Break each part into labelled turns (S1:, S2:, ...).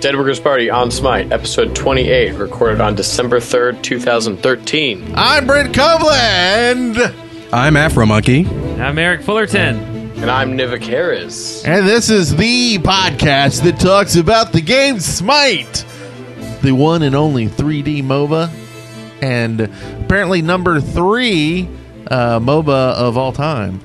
S1: Dead Workers Party on Smite, episode 28, recorded on December 3rd, 2013.
S2: I'm Brent Coveland,
S3: I'm Afro Monkey.
S4: I'm Eric Fullerton.
S1: And I'm Nivik Harris.
S2: and this is the podcast that talks about the game Smite, the one and only 3D MOBA, and apparently number three uh, MOBA of all time,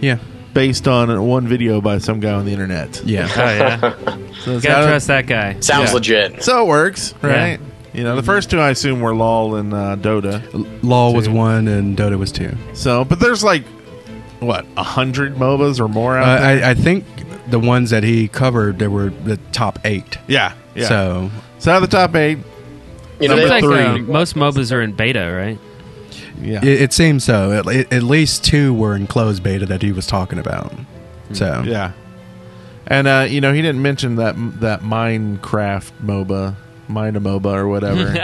S3: Yeah.
S2: based on one video by some guy on the internet.
S3: Yeah.
S4: Oh yeah,
S2: So, it's
S4: gotta
S2: kinda-
S4: trust that guy.
S1: Sounds
S2: Yeah.
S1: legit.
S2: so it works, right? You
S3: Mm-hmm.
S2: know, the first two I assume were LOL and uh, Dota.
S3: Law was one and Dota was two.
S2: So, but there's like what a hundred MOBAs or more
S3: Uh,
S2: out there.
S3: I, I think the ones that he covered, there were the top eight.
S2: yeah, yeah.
S3: So,
S2: so out of the top eight,
S1: You know,
S2: Number
S4: Seems
S1: they,
S4: like
S2: three.
S4: uh, most MOBAs are in beta, right?
S2: yeah.
S3: it, it seems so. At, le- at least two were in closed beta that he was talking about. So,
S2: Mm. Yeah, and uh, you know he didn't mention that that Minecraft MOBA, Mine MOBA or whatever.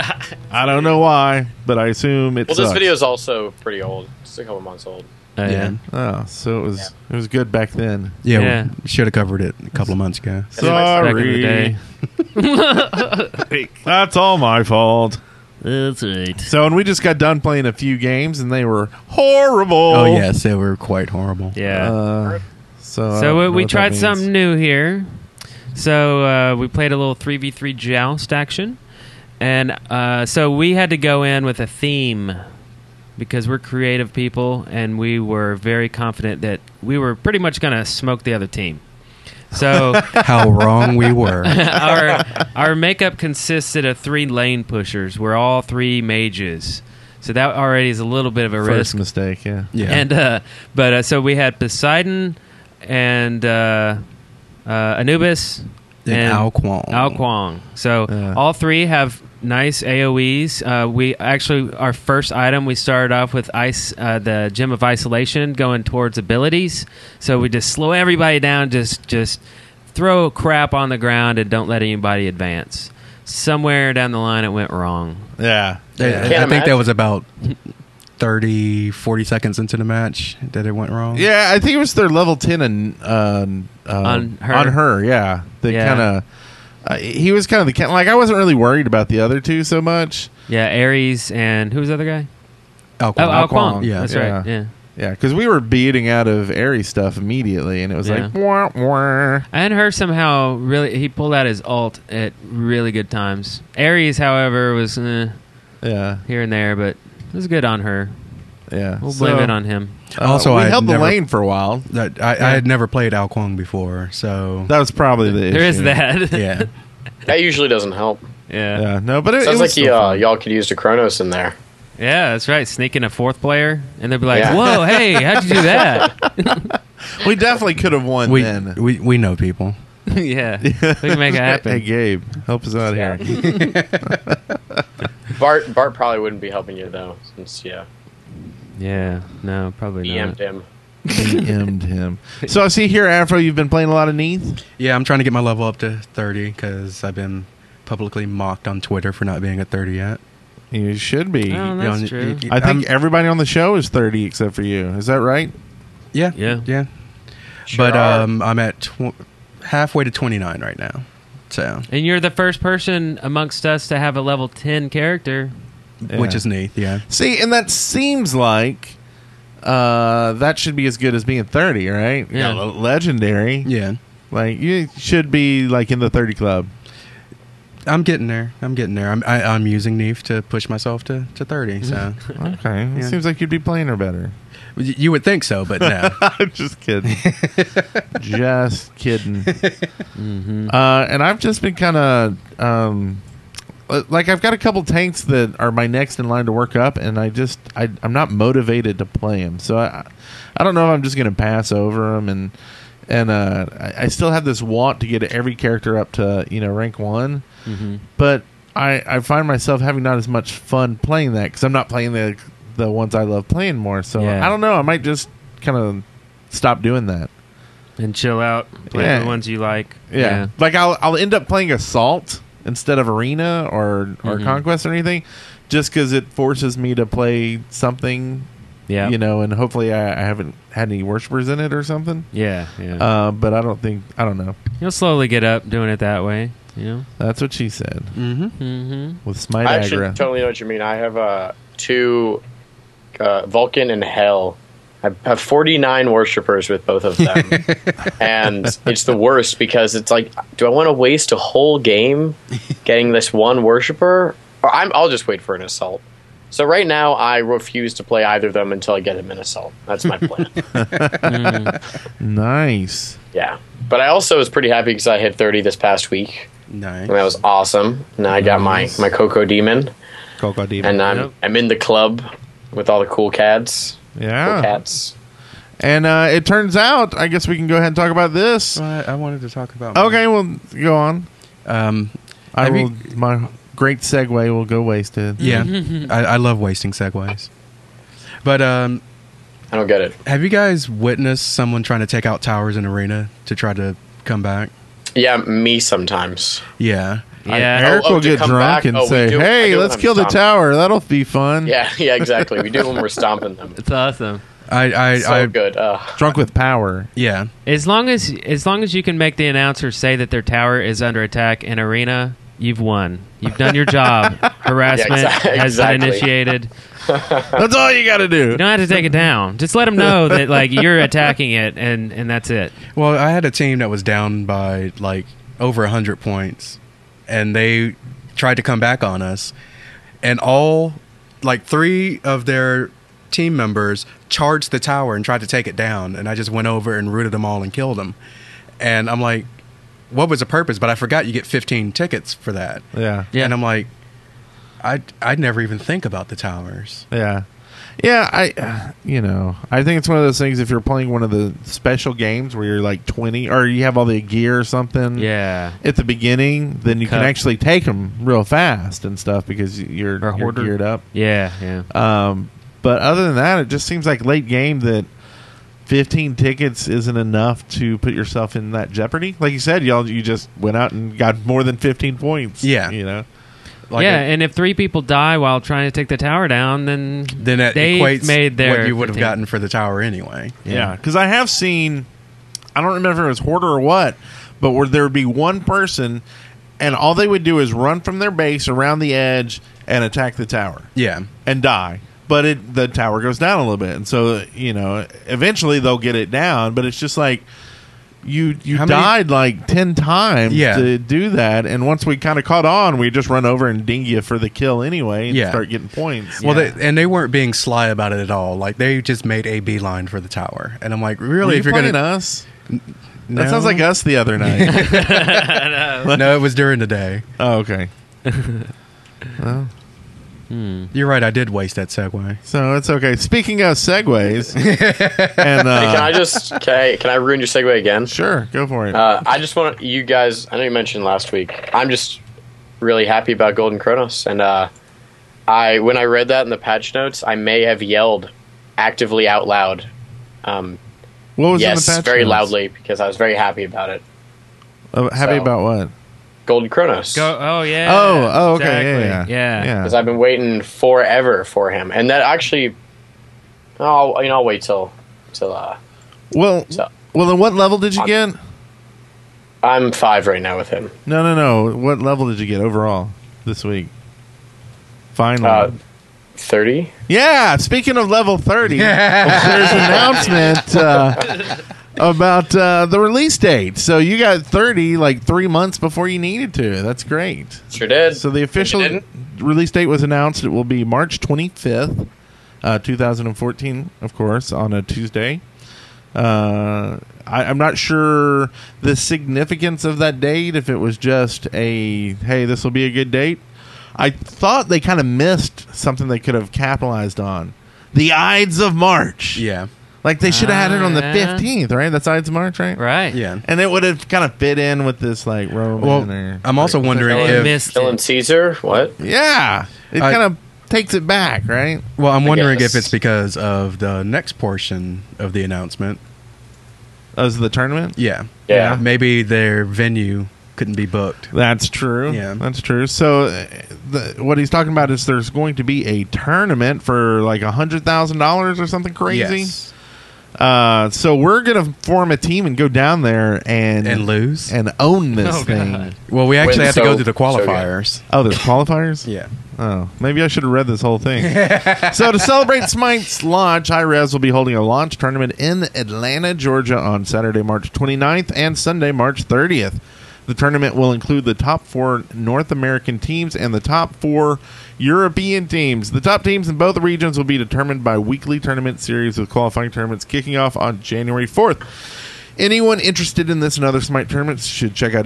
S2: I don't know why, but I assume it's.
S1: well, this video is also pretty old. It's a couple months old.
S4: Oh,
S3: yeah.
S2: Oh, so it was it was good back then.
S3: Yeah, we
S4: Yeah.
S3: should have covered it a couple of months ago.
S4: Back in the
S2: Sorry,
S4: day.
S2: that's all my fault.
S4: That's right.
S2: So, and we just got done playing a few games, and they were horrible.
S3: Oh, yes, they were quite horrible.
S4: Yeah.
S2: Uh, so I don't
S4: so
S2: know
S4: uh, we
S2: what that
S4: tried
S2: means.
S4: something new here. So uh, we played a little three v three joust action, and uh, so we had to go in with a theme because we're creative people, and we were very confident that we were pretty much going to smoke the other team. So.
S3: How wrong we were.
S4: our our makeup consisted of three lane pushers. We're all three mages, so that already is a little bit of a
S2: First
S4: risk.
S2: mistake, yeah.
S3: Yeah.
S4: And uh, but uh, so we had Poseidon and uh, uh, Anubis
S3: And Al Kwong.
S4: Al Kwong. So
S2: Yeah.
S4: all three have nice AOE's. Uh, we actually our first item we started off with ice uh, the gem of isolation going towards abilities. So we just slow everybody down. Just just throw crap on the ground and don't let anybody advance. Somewhere down the line it went wrong.
S2: Yeah.
S3: I, I
S1: Can't
S3: think
S1: imagine.
S3: that was about 30, 40 seconds into the match that it went
S4: Oh.
S3: wrong.
S2: Yeah, I think it was their level ten and uh, uh,
S4: On her.
S2: On her, yeah. They
S4: Yeah.
S2: kind of. Uh, he was kind of the kind. Like I wasn't really worried about the other two so much.
S4: Yeah, Ares and who was the other guy?
S3: Al Kwong.
S4: Oh, Al Kwong.
S2: Kwong.
S4: That's right.
S2: Yeah.
S4: Yeah.
S2: Yeah, because we were beating out of airy stuff immediately, and it was
S4: Yeah.
S2: like wah, wah.
S4: And her somehow really he pulled out his alt at really good times. Ares, however, was eh,
S2: Yeah,
S4: here and there, but it was good on her.
S2: yeah.
S4: We'll
S2: So,
S4: blame it on him.
S2: uh,
S3: Also,
S2: we
S3: I had
S2: held the
S3: never-
S2: lane for a while.
S3: That I, I had never played Al Kwong before, so
S2: That was probably the
S4: There is
S2: issue.
S4: that.
S3: yeah,
S1: That usually doesn't help.
S4: yeah. yeah.
S2: Yeah, no, but it, it
S1: Sounds
S2: was
S1: like
S2: still
S3: uh,
S1: y'all,
S2: fun.
S1: y'all could use a Kronos in there.
S4: that's right. Sneak in a fourth player and they'd be like,
S1: Yeah.
S4: Whoa, hey, how'd you do that?
S2: we definitely could have won
S3: we,
S2: then.
S3: we we know people.
S4: yeah. We can make it
S2: Hey,
S4: happen.
S2: Gabe, help us out
S1: Yeah.
S2: here.
S1: Bart Bart probably wouldn't be helping you, though, since, yeah,
S4: Yeah. No, probably not.
S1: DM'd him.
S2: DM'd him. So I see here, Afro, you've been playing a lot of Neath.
S3: Yeah, I'm trying to get my level up to 30 because I've been publicly mocked on Twitter for not being at 30 yet.
S2: You should be.
S4: Oh,
S3: You know,
S4: that's
S3: you-
S4: true.
S3: you-
S2: I
S3: I'm-
S2: think everybody on the show is 30 except for you. Is that right?
S3: yeah,
S4: Yeah.
S3: yeah.
S1: Sure
S3: but
S1: are.
S3: um, I'm at tw- halfway to 29 right now. So,
S4: And you're the first person amongst us to have a level ten character.
S3: which
S2: Yeah.
S3: is neat. Yeah,
S2: See, and that seems like uh, that should be as good as being 30, right?
S4: Yeah.
S2: le- legendary.
S3: yeah.
S2: Like you should be like in the 30 club.
S3: I'm getting there. I'm getting there. I'm I, I'm using Neef to push myself to, to 30. So
S2: Okay. It
S3: Yeah.
S2: seems like you'd be playing her better.
S3: Y- you would think so, but no.
S2: I'm just kidding. just kidding. Uh, and I've just been kind of um, li- like I've got a couple tanks that are my next in line to work up, and I just I, I'm not motivated to play them. So I I don't know if I'm just gonna pass over them and and uh, I, I still have this want to get every character up to you know rank one, but I I find myself having not as much fun playing that because I'm not playing the the ones I love playing more. So
S4: Yeah.
S2: I don't know. I might just kind of stop doing that.
S4: And chill out. Play
S2: Yeah.
S4: the ones you like.
S2: Yeah. Like I'll I'll end up playing Assault instead of Arena or or
S4: Mhm.
S2: Conquest or anything, just because it forces me to play something,
S4: Yeah.
S2: you know, and hopefully I, I haven't had any worshippers in it or something.
S4: Yeah. Yeah.
S2: Uh, but I don't think I don't know.
S4: You'll slowly get up doing it that way. You know?
S2: That's what she said
S3: Mm-hmm.
S4: Mm-hmm.
S2: with Smite
S1: I actually
S2: Agra.
S1: totally know what you mean. I have uh, two uh, Vulcan and Hell. I have 49 worshippers with both of them. and it's the worst because it's like, do I want to waste a whole game getting this one worshipper? Or I'm, I'll just wait for an assault. So right now, I refuse to play either of them until I get him an assault. That's my plan.
S2: Nice.
S1: yeah. But I also was pretty happy because I hit 30 this past week.
S3: Nice.
S1: And that was awesome. And I got my, my Coco Demon.
S3: Coco Demon.
S1: and I'm
S4: Yep.
S1: I'm in the club with all the cool cats. Cool
S3: Ah.
S2: Yeah.
S1: cats.
S2: And uh, it turns out, I guess we can go ahead and talk about this.
S3: Well, I I wanted to talk about.
S2: Okay, well, go on.
S3: Um,
S2: I
S3: Have you-
S2: will. my great segue will go wasted.
S3: yeah, I, I love wasting segues. But um,
S1: I don't get it.
S3: have you guys witnessed someone trying to take out towers in arena to try to come back?
S1: Yeah, me sometimes.
S3: Yeah.
S4: Yeah.
S2: Eric
S1: Oh, oh,
S2: will
S1: to
S2: get
S1: come
S2: drunk
S1: back?
S2: and
S1: Oh, we
S2: say,
S1: do- I
S2: "Hey,
S1: do
S2: let's
S1: when
S2: kill the
S1: I'm stomping.
S2: tower. That'll be fun."
S3: Hmm.
S1: Yeah, yeah, exactly. We do when we're stomping them.
S4: It's awesome.
S3: I I,
S1: So
S3: I
S1: good. Uh,
S2: Drunk with power.
S3: yeah.
S4: As long as as long as you can make the announcer say that their tower is under attack in arena, you've won. You've done your job. Harassment
S1: Yeah, exa-
S4: has been
S1: exactly.
S4: initiated.
S2: That's all you got to do.
S4: You don't have to take it down. Just let them know that like you're attacking it, and and that's it.
S3: Well, I had a team that was down by like over 100 points, and they tried to come back on us. And all, like three of their team members charged the tower and tried to take it down. And I just went over and rooted them all and killed them. And I'm like, what was the purpose? But I forgot you get 15 tickets for that.
S2: Yeah.
S4: Yeah.
S3: And I'm like, I'd, I'd never even think about the towers.
S2: Yeah. Yeah, I uh, you know, I think it's one of those things if you're playing one of the special games where you're like 20 or you have all the gear or something
S4: Yeah.
S2: at the beginning, then you can
S4: Cup.
S2: actually take them real fast and stuff because y- you're,
S4: Or
S2: you're
S4: hoarder.
S2: geared up.
S4: Yeah. Yeah.
S3: Uh,
S2: Um, but other than that, it just seems like late game that 15 tickets isn't enough to put yourself in that jeopardy. Like you said, y'all you just went out and got more than 15 points.
S3: Yeah.
S2: you know.
S3: Like,
S4: yeah, and if three people die while trying to take the tower down, then
S3: then that
S4: they
S3: equates
S4: made their
S3: what you would have
S4: 15.
S3: gotten for the tower anyway.
S2: Yeah, because I have seen, I don't remember if it was Hoarder or what, but where there would be one person and all they would do is run from their base around the edge and attack the tower
S3: Yeah.
S2: and die. But it the tower goes down a little bit, and so you know eventually they'll get it down. But it's just like you you
S3: How many-
S2: died like ten times
S3: Yeah.
S2: to do that, and once we kind of caught on, we just run over and ding you for the kill anyway, and
S3: Yeah.
S2: start getting points.
S3: Well,
S4: Yeah.
S3: they, and they weren't being sly about it at all. Like they just made a beeline for the tower, and I'm like, really?
S2: Were you
S3: if you're
S2: playing
S3: gonna,
S2: us, that sounds like us the other night.
S3: no, it was during the day.
S2: Oh, okay. well,
S3: You're right. I did waste that segue.
S2: so it's okay. Speaking of segues, and uh,
S1: can I just can I, can I ruin your segue again?
S2: sure, go for it.
S1: Uh, I just want you guys. I know you mentioned last week. I'm just really happy about Golden Kronos, and uh, I when I read that in the patch notes, I may have yelled actively out loud. Um,
S2: what was in the
S1: yes,
S2: patch
S1: very
S2: notes?
S1: loudly because I was very happy about it.
S2: Uh, happy
S1: So-
S2: about what?
S1: Golden Kronos.
S4: Go, oh yeah.
S2: oh, oh, okay, yeah,
S4: exactly.
S2: yeah,
S4: yeah.
S1: because I've been waiting forever for him. And that actually, oh, you know, I'll wait till till uh,
S2: Well,
S1: So-
S2: well, then what level did you
S1: On-
S2: get?
S1: I'm five right now with him.
S2: No, no, no. What level did you get overall this week? Finally,
S1: Uh, Thirty.
S2: yeah. Speaking of level thirty, there's an announcement uh, about uh, the release date. So you got thirty like three months before you needed to. That's great.
S1: Sure did.
S2: So the official
S1: didn't?
S2: release date was announced. It will be March 25th, uh, 2014, of course, on a Tuesday. Uh, I, I'm not sure the significance of that date. If it was just a hey, this will be a good date. I thought they kind of missed something they could have capitalized on. The Ides of March.
S3: Yeah,
S2: Like they should have had it on the
S4: Ah.
S2: 15th, right? That's Ides of March, right?
S4: Right.
S3: yeah.
S2: And it would have kind of fit in with this like Roman.
S3: Well,
S2: or-
S3: I'm also wondering
S4: They
S3: if.
S4: missed
S1: Killing
S4: it.
S1: Caesar. What?
S2: Yeah, it
S3: I-
S2: kind of takes it back, right?
S3: Well, I'm wondering
S1: guess.
S3: if it's because of the next portion of the announcement.
S2: As the tournament.
S3: Yeah.
S1: Yeah.
S3: Maybe their venue couldn't be booked.
S2: That's true.
S3: Yeah.
S2: that's true. So, uh, the, what he's talking about is there's going to be a tournament for like a hundred thousand dollars or something crazy.
S3: Yes.
S2: Uh, so we're gonna form a team and go down there and
S3: And lose?
S2: and own this
S4: Oh,
S2: thing.
S4: God.
S3: Well, we actually
S1: Wait,
S3: have to go
S1: so-
S3: through the
S1: so, yeah.
S3: qualifiers.
S2: Oh, there's qualifiers.
S3: yeah.
S2: Oh, maybe I should have read this whole thing. so, to celebrate Smite's launch, Hi-Rez will be holding a launch tournament in Atlanta, Georgia on Saturday, March 29th and Sunday, March 30th. The tournament will include the top four North American teams and the top four European teams. The top teams in both regions will be determined by weekly tournament series with qualifying tournaments kicking off on January 4th. Anyone interested in this and other Smite tournaments should check out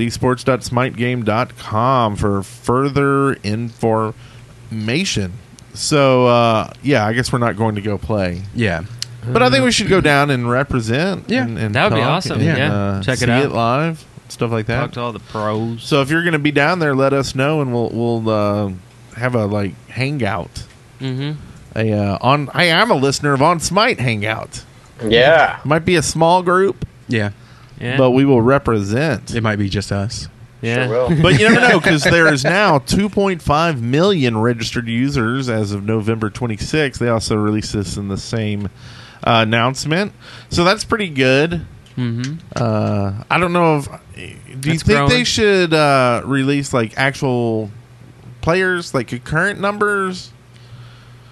S2: esports.smitegame.com for further information. So, uh, yeah, I guess we're not going to go play.
S3: Yeah.
S2: But I think we should go down and represent.
S3: Yeah.
S2: and, and
S4: That would be
S2: talk
S4: awesome,
S2: and, uh,
S4: yeah. Check it
S2: see
S4: out.
S2: live, stuff like
S4: Talk
S2: that.
S4: to all the pros.
S2: So if you're going to be down there, let us know, and we'll we'll uh, have a like hangout.
S4: Mm-hmm.
S2: A uh, on I am a listener of on Smite hangout.
S1: Yeah.
S2: Might be a small group,
S3: Yeah.
S4: Yeah.
S2: but we will represent.
S3: It might be just us.
S4: yeah.
S1: Sure will.
S2: But you never know because there is now 2.5 million registered users as of November 26th. They also released this in the same uh, announcement, so that's pretty good.
S4: mm-hmm.
S2: Uh, I don't know if do you
S4: It's
S2: think they
S4: growing.
S2: should uh, release like actual players, like concurrent numbers?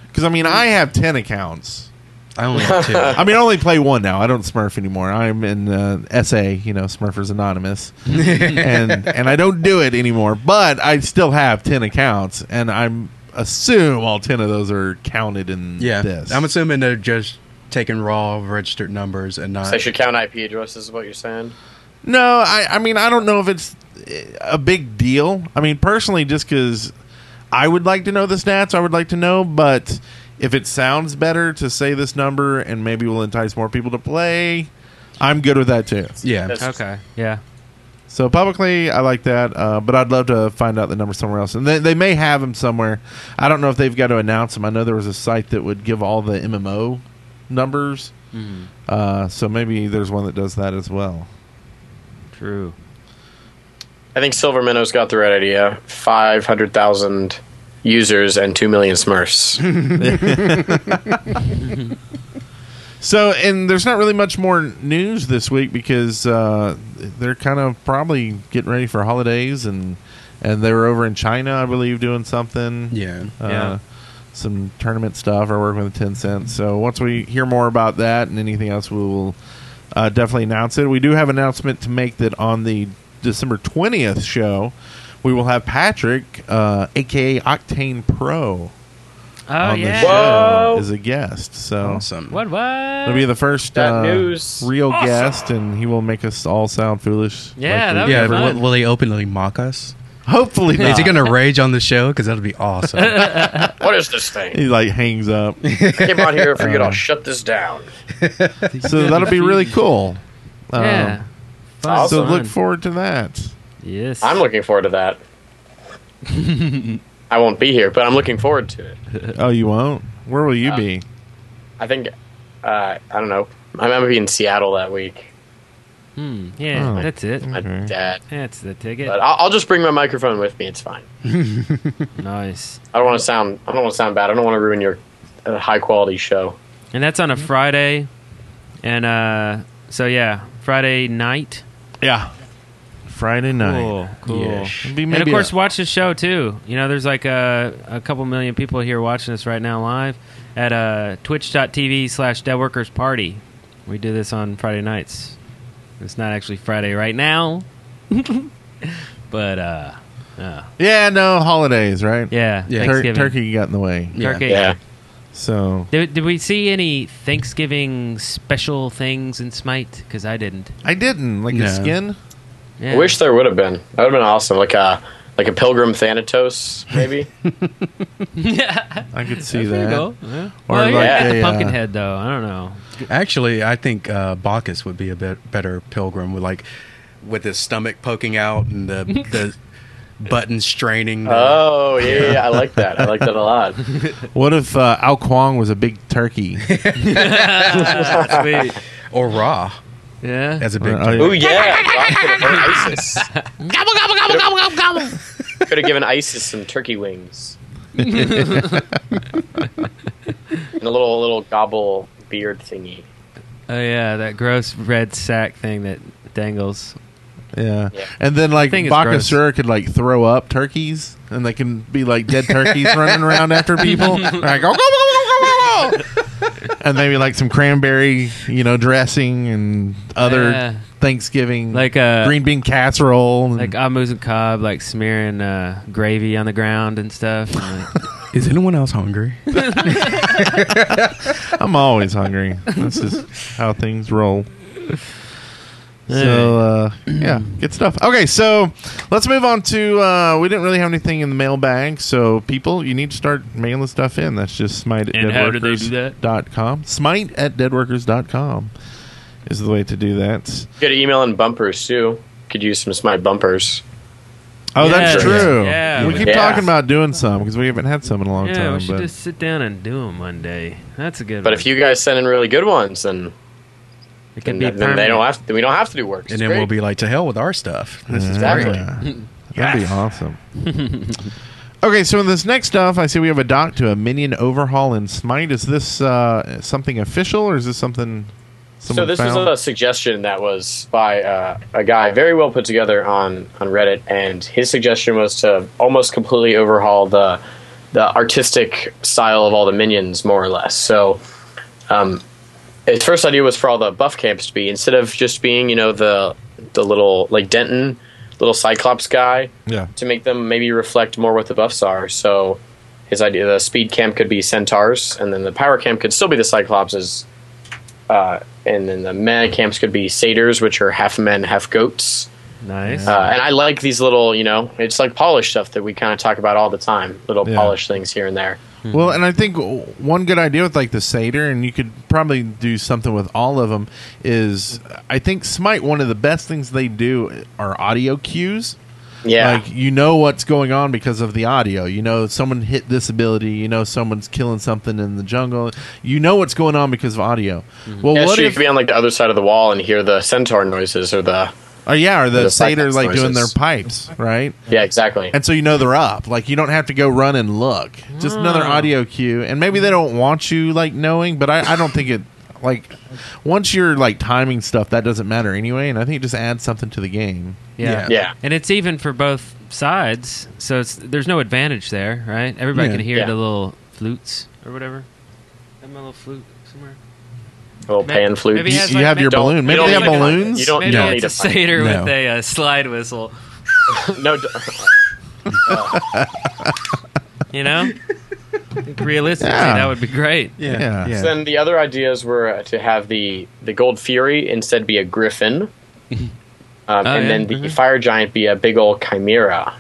S2: Because I mean, I have 10 accounts.
S3: I only have two.
S2: I mean, I only play one now. I don't Smurf anymore. I'm in uh, SA, you know, Smurfers Anonymous, and and I don't do it anymore. But I still have ten accounts, and I'm assume all ten of those are counted in
S3: Yeah.
S2: this.
S3: I'm assuming they're just taking raw registered numbers and not.
S1: So I should count IP addresses, is what you're saying?
S2: no, I I mean I don't know if it's eh, a big deal. I mean, personally, just because I would like to know the stats, I would like to know, but. If it sounds better to say this number and maybe we'll entice more people to play, I'm good with that too.
S3: yeah.
S1: That's-
S4: Okay. Yeah.
S2: So publicly, I like that, uh, but I'd love to find out the number somewhere else. And they, they may have them somewhere. I don't know if they've got to announce them. I know there was a site that would give all the MMO numbers,
S4: Mm,
S2: uh, so maybe there's one that does that as well.
S4: true.
S1: I think Silver Minnow's got the right idea. 500,000 users and 2 million Smurfs.
S2: So, and there's not really much more news this week because uh, they're kind of probably getting ready for holidays, and and they were over in China, I believe, doing something.
S3: Yeah.
S2: uh,
S4: Yeah.
S2: some tournament stuff or working with 10 cents so once we hear more about that and anything else we will uh, definitely announce it we do have an announcement to make that on the december 20th show we will have patrick uh, aka octane pro
S4: Oh
S2: on the
S4: yeah.
S2: show
S1: Whoa.
S2: as a guest so
S3: Awesome.
S4: What? What?
S2: it'll be the first
S1: That
S2: uh,
S1: news.
S2: real
S4: Awesome.
S2: guest and he will make us all sound foolish
S4: Yeah,
S2: we
S4: that would be
S3: Yeah.
S2: never-
S4: fun.
S3: Will, will he openly mock us?
S2: hopefully not.
S3: Is he going to rage on the show? Because that'd be awesome.
S1: what is this thing?
S2: he like hangs up
S1: I came out here for you to shut this down.
S2: so that'll be really cool Um,
S4: yeah. Fun.
S1: Awesome.
S2: So look
S4: Fun.
S2: forward to that.
S4: Yes.
S1: I'm looking forward to that. I won't be here, but I'm looking forward to it.
S2: Oh, you won't? Where will you be?
S1: I think, uh, I don't know. I'm going to be in Seattle that week.
S4: Hmm. Yeah.
S2: Oh.
S4: That's it.
S1: My
S2: Okay.
S1: dad.
S4: That's the ticket.
S1: But I'll, I'll just bring my microphone with me. It's fine.
S4: Nice.
S1: I don't want to sound. I don't want to sound bad. I don't want to ruin your uh, high quality show.
S4: And that's on a Friday. And uh, so yeah, Friday night.
S2: Yeah. Friday night.
S4: Cool. Cool.
S3: Yes.
S2: It'll be
S4: and of
S2: maybe
S4: course,
S2: a-
S4: watch the show too. You know, there's like a, a couple million people here watching us right now live at uh, twitch.tv slash Deadworkers Party. We do this on Friday nights. It's not actually Friday right now, but uh, uh,
S2: yeah, no, holidays, right?
S4: yeah,
S3: Yeah.
S2: Tur-
S4: Thanksgiving.
S2: turkey got in the way.
S4: Turkey.
S1: Yeah.
S2: So
S4: Did, did we see any Thanksgiving special things in Smite? Because I didn't.
S2: I didn't. Like
S3: No.
S2: a skin?
S4: Yeah.
S1: I wish there would have been. That would have been awesome. Like a like a pilgrim Thanatos, maybe.
S2: I could see
S4: There you
S2: that.
S4: go. Yeah.
S2: Or
S4: Well, you
S1: like
S4: got
S2: a,
S4: the
S2: uh,
S4: pumpkin head though. I don't know.
S3: Actually, I think uh, Bacchus would be a bit better pilgrim with like with his stomach poking out and the the buttons straining.
S1: Oh yeah, yeah, I like that. I like that a lot.
S2: What if uh, Al Kwong was a big turkey?
S4: Sweet.
S3: or raw
S4: Yeah.
S3: as a big.
S2: Oh, yeah.
S1: Oh yeah, Rob could have done ISIS. Could have given ISIS some turkey wings and a little little gobble beard thingy.
S4: Oh yeah, that gross red sack thing that dangles.
S2: Yeah.
S1: Yeah.
S2: And then like
S4: Thing is gross.
S2: Bakasura could like throw up turkeys and they can be like dead turkeys running around after people. Like, "Oh, go, go, go, go, go, go." and maybe like some cranberry, you know, dressing and other
S4: Yeah.
S2: Thanksgiving
S4: Like uh
S2: green bean casserole. and-
S4: like Amuz and Cobb like smearing uh, gravy on the ground and stuff. And, like,
S3: Is anyone else hungry?
S2: I'm always hungry. this is how things roll. So uh, yeah, good stuff. Okay, so let's move on to uh, we didn't really have anything in the mailbag, so people, you need to start mailing the stuff in. That's just smite at
S4: And how do they
S2: deadworkers
S4: do that?
S2: dot com. Smite at deadworkers.com is the way to do that.
S1: Get an email and bumpers too. Could use some smite bumpers.
S2: Oh,
S4: Yes.
S2: that's true.
S4: Yeah.
S2: we keep
S1: Yeah.
S2: talking about doing some because we haven't had some in a long
S4: yeah,
S2: time.
S4: we should
S2: but
S4: just sit down and do them one day. That's a good.
S1: But
S4: one.
S1: if you guys send in really good ones, then
S4: it
S1: then,
S4: could be
S1: then they
S4: permanent.
S1: don't have to, we don't have to do work. It's
S3: and then
S1: great.
S3: we'll be like, to hell with our stuff. This is
S1: Exactly.
S2: Mm-hmm.
S3: great.
S2: Yeah. That'd be awesome. okay, so in this next stuff, I see we have a doc to a minion overhaul in Smite. Is this uh, something official or is this something?
S1: so
S2: Someone
S1: this
S2: found?
S1: was a suggestion that was by uh, a guy very well put together on on Reddit, and his suggestion was to almost completely overhaul the the artistic style of all the minions, more or less. So, um, his first idea was for all the buff camps to be instead of just being you know the the little like Denton, little Cyclops guy,
S2: yeah.
S1: to make them maybe reflect more what the buffs are. So his idea, the speed camp could be centaurs, and then the power camp could still be the cyclopses, uh, and then the mana camps could be satyrs, which are half men, half goats.
S4: nice.
S1: Uh, and I like these little, you know, it's like polished stuff that we kind of talk about all the time, little
S2: Yeah.
S1: polished things here and there.
S2: Well, and I think w- one good idea with like the Seder, and you could probably do something with all of them, is I think Smite, one of the best things they do are audio cues.
S1: Yeah,
S2: Like you know what's going on because of the audio. You know someone hit this ability. You know someone's killing something in the jungle. You know what's going on because of audio. Well,
S1: Mm-hmm. yeah,
S2: what
S1: sure, you
S2: if?
S1: could be on like the other side of the wall and hear the centaur noises or the
S2: oh yeah, or the,
S1: the
S2: satyr
S1: Cyclops
S2: like doing their
S1: noises.
S2: pipes, right?
S1: yeah, exactly.
S2: And so you know they're up. Like you don't have to go run and look. Just another
S1: Ah.
S2: audio cue. And maybe they don't want you like knowing, but I, I don't think it. Like once you're like timing stuff, that doesn't matter anyway. And I think it just adds something to the game.
S4: yeah.
S3: yeah.
S1: yeah,
S4: And it's even for both sides, so it's, there's no advantage there, right? Everybody
S2: Yeah.
S4: can hear
S1: Yeah.
S4: the little flutes or whatever. Have my little flute somewhere.
S1: little
S4: Ma-
S1: pan flute.
S4: maybe
S2: You,
S4: has,
S2: you
S4: like,
S2: have your
S1: don't-
S2: balloon.
S1: you
S2: Maybe
S1: don't
S2: they have
S1: need to find it.
S2: balloons.
S1: You don't-
S4: Maybe
S1: No.
S4: it's a
S1: need to find-
S4: satyr
S3: No.
S4: with a uh, slide whistle.
S1: no, d-
S4: You know, realistically,
S2: Yeah.
S4: that would be great.
S3: Yeah.
S2: Yeah.
S3: yeah.
S1: So then the other ideas were uh, to have the the gold fury instead be a griffin, um, and
S4: yeah,
S1: then the
S4: mhm.
S1: fire giant be a big old chimera.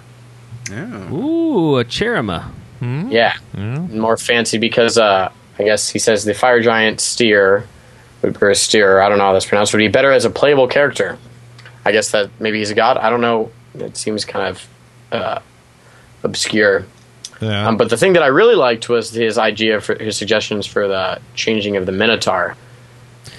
S3: Yeah.
S4: Ooh, a cherima.
S2: Hmm?
S1: Yeah,
S2: Mm-hmm.
S1: more fancy because uh, I guess he says the fire giant steer would or steer. I don't know how that's pronounced. Would be better as a playable character. I guess that maybe he's a god. I don't know. It seems kind of uh, obscure.
S2: Yeah.
S1: Um, but the thing that I really liked was his idea for his suggestions for the changing of the minotaur.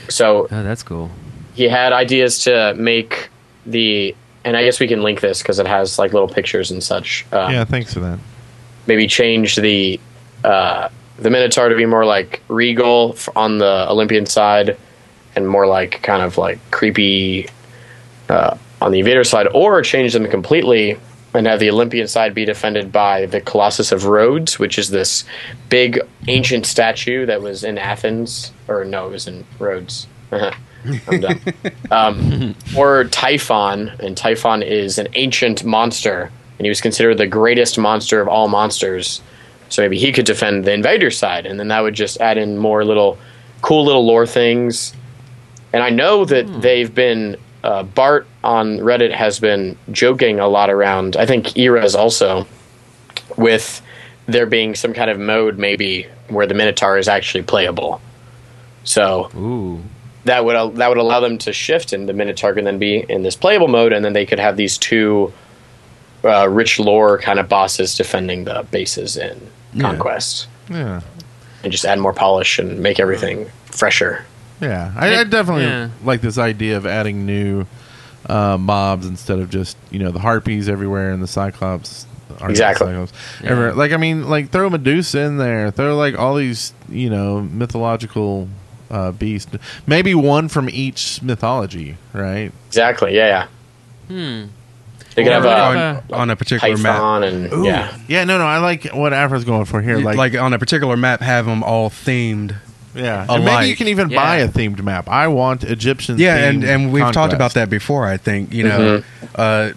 S1: So
S4: Oh, that's cool.
S1: he had ideas to make the and i guess we can link this because it has like little pictures and such uh,
S2: yeah. Thanks for that.
S1: maybe change the uh, the minotaur to be more like regal f- on the olympian side and more like kind of like creepy uh, on the invader side or change them completely and have the olympian side be defended by the colossus of rhodes which is this big ancient statue that was in athens or no it was in rhodes I'm done um, or Typhon, and Typhon is an ancient monster, and he was considered the greatest monster of all monsters. So maybe he could defend the invader side, and then that would just add in more little cool little lore things. And I know that they've been uh, Bart on Reddit has been joking a lot around. I think Era's also with there being some kind of mode maybe where the Minotaur is actually playable. So
S4: Ooh,
S1: that would al- that would allow them to shift, and the Minotaur can then be in this playable mode, and then they could have these two uh, rich lore kind of bosses defending the bases in conquest,
S2: Yeah.
S1: and just add more polish and make everything fresher.
S2: Yeah, I, I
S4: It-
S2: definitely
S4: yeah.
S2: like this idea of adding new uh, mobs instead of just you know the harpies everywhere and the cyclops. are not
S1: Exactly.
S2: Cyclops, everywhere. Like I mean, like throw Medusa in there. Throw like all these you know mythological uh, beast. Maybe one from each mythology, right?
S1: Exactly. Yeah, yeah.
S4: Hmm.
S1: They could
S4: Or
S1: have
S4: what if,
S1: a
S4: uh,
S3: on, on a particular map.
S1: python and
S2: Ooh.
S1: yeah.
S2: yeah. No, no. I like what Afra's going for here.
S3: You- Like,
S2: Like,
S3: on a particular map, have them all themed.
S2: yeah.
S3: a
S2: And maybe you
S3: like.
S2: can even
S4: Yeah.
S2: buy a themed map. I want Egyptian.
S3: Yeah, and
S2: themed
S3: and we've talked
S2: conquest.
S3: about that before. I think you know, uh,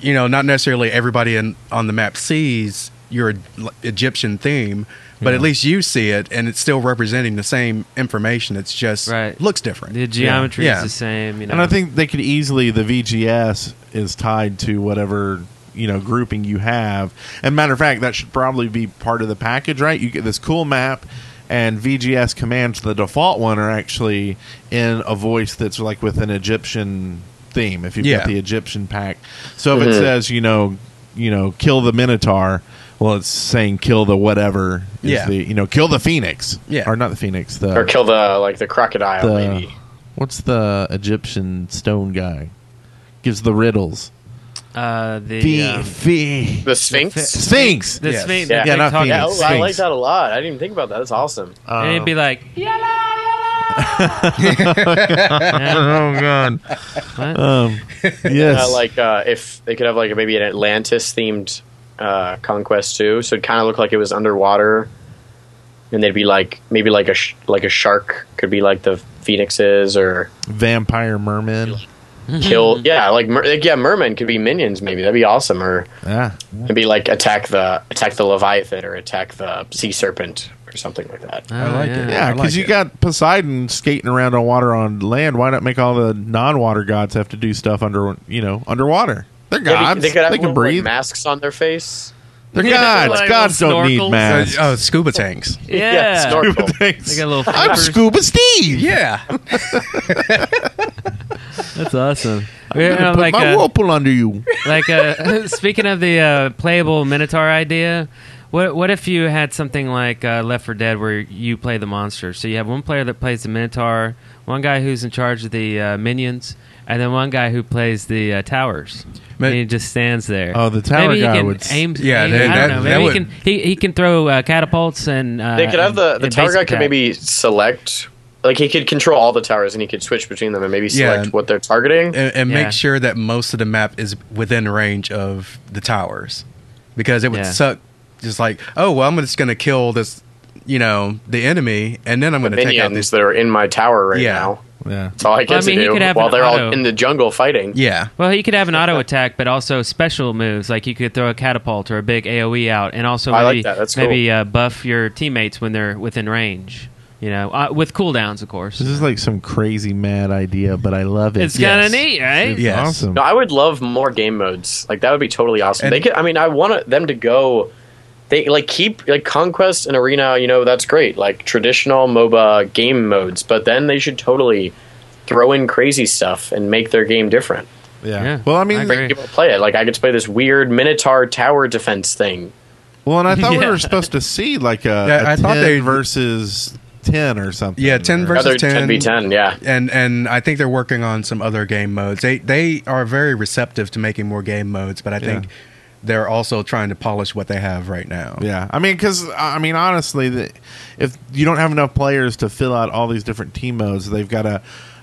S3: you know, not necessarily everybody in, on the map sees your Egyptian theme, but at least you see it, and it's still representing the same information. It's just
S4: Right.
S3: looks different.
S4: The geometry
S3: Yeah.
S4: is the same. You know.
S2: And I think they could easily the VGS is tied to whatever you know grouping you have. And matter of fact, that should probably be part of the package, right? You get this cool map, and VGS commands the default one are actually in a voice that's like with an Egyptian theme. If you've
S3: Yeah.
S2: got the Egyptian pack, so if it says you know you know kill the Minotaur. Well, it's saying kill the whatever. Is
S3: Yeah.
S2: The, you know, kill the phoenix.
S3: Yeah.
S2: Or not the phoenix. The
S1: Or kill the like the crocodile
S2: the-
S1: maybe.
S2: What's the Egyptian stone guy? Gives the riddles.
S4: uh, the
S2: Fee,
S4: um,
S2: fee.
S1: The Sphinx.
S2: Sphinx.
S4: the
S3: Yes.
S4: Sphinx.
S1: Yeah.
S4: the
S1: Yeah,
S4: big
S2: not
S4: talking-
S1: Yeah, oh, I
S2: Sphinx.
S1: like that a lot. I didn't even think about that. That's awesome.
S4: and he'd be like,
S2: oh god.
S4: What?
S2: Um, yes.
S1: Uh, like uh, if they could have like maybe an Atlantis themed uh, conquest too, so it kind of looked like it was underwater, and they'd be like maybe like a sh- like a shark could be like the phoenixes or
S2: vampire merman. Mm-hmm.
S1: kill yeah like, mer- like yeah mermen could be minions maybe that'd be awesome or
S2: Yeah.
S1: it'd be like attack the attack the leviathan or attack the sea serpent or something like
S4: Oh,
S1: that.
S2: Uh,
S3: I like it.
S2: Yeah,
S3: I
S2: because
S3: like
S2: you
S3: it.
S2: got Poseidon skating around on water on land. Why not make all the non-water gods have to do stuff under you know underwater? They're
S1: Maybe
S2: gods.
S1: they could have little, like,
S2: can breathe.
S1: masks on their face.
S2: They're
S4: Yeah,
S2: gods.
S4: like
S2: gods
S4: little
S2: don't need
S4: snorkels.
S3: Uh,
S2: masks.
S3: oh, scuba tanks.
S4: Yeah.
S1: snorkel.
S4: They got little
S2: I'm
S4: flippers.
S2: Scuba Steve.
S3: Yeah,
S4: That's awesome.
S2: I'm gonna put
S4: like,
S2: my
S4: uh,
S2: whirlpool under you.
S4: like uh, speaking of the uh, playable Minotaur idea, what what if you had something like uh, Left for Dead where you play the monster? So you have one player that plays the Minotaur, one guy who's in charge of the uh, minions, and then one guy who plays the uh, towers.
S3: Ma-
S4: and he just stands there.
S2: Oh, the tower
S4: maybe he
S2: guy
S4: can
S2: would s-
S4: aim.
S3: Yeah,
S4: Yeah,
S3: that-
S4: I
S3: that-
S4: don't know.
S3: that
S4: Maybe
S3: would-
S4: he can. He, he can throw uh, catapults and uh,
S1: They could have the
S4: and-
S1: the
S4: and
S1: tower
S4: basic
S1: guy could
S4: attack.
S1: maybe select like he could control all the towers and he could switch between them and maybe
S3: Yeah.
S1: select what they're targeting.
S3: and, and
S4: Yeah.
S3: make sure that most of the map is within range of the towers, because it would
S4: Yeah.
S3: suck. Just like, oh well, I'm just going to kill this, you know, the enemy, and then I'm going to take out
S1: minions
S3: this.
S1: that are in my tower right
S3: Yeah.
S1: now.
S2: Yeah.
S1: That's all I get
S4: I mean, he
S1: to
S4: could
S1: do
S4: have
S1: while
S4: an
S1: they're
S4: auto.
S1: all in the jungle fighting.
S3: Yeah,
S4: Well, he could have an auto attack, but also special moves like you could throw a catapult or a big AOE out, and also
S1: I
S4: maybe,
S1: like that. That's cool.
S4: maybe uh, buff your teammates when they're within range. You know, uh, with cooldowns, of course.
S2: This is like some crazy mad idea, but I love it.
S4: It's kind
S3: yes.
S4: of neat, right?
S2: It's
S3: Yes.
S2: awesome.
S1: No, I would love more game modes. Like that would be totally awesome.
S3: And-
S1: they could. I mean, I want them to go. They like keep like conquest and arena. You know, that's great. Like traditional MOBA game modes, but then they should totally throw in crazy stuff and make their game different.
S2: yeah.
S4: Yeah.
S2: Well, I mean,
S4: I agree.
S1: Bring people to play it. Like I could play this weird Minotaur tower defense thing.
S2: well, and I thought we
S4: Yeah.
S2: were supposed to see like a,
S3: Yeah,
S2: a
S3: I thought
S2: 10
S3: they-
S2: versus ten or something.
S3: Yeah, 10
S2: or-
S3: versus-
S1: Other
S3: 10.
S1: ten v ten. Yeah.
S3: and and I think they're working on some other game modes. They they are very receptive to making more game modes, but I think
S2: Yeah.
S3: they're also trying to polish what they have right now.
S2: Yeah, I mean, because I mean, honestly, the, if you don't have enough players to fill out all these different team modes, they've got to.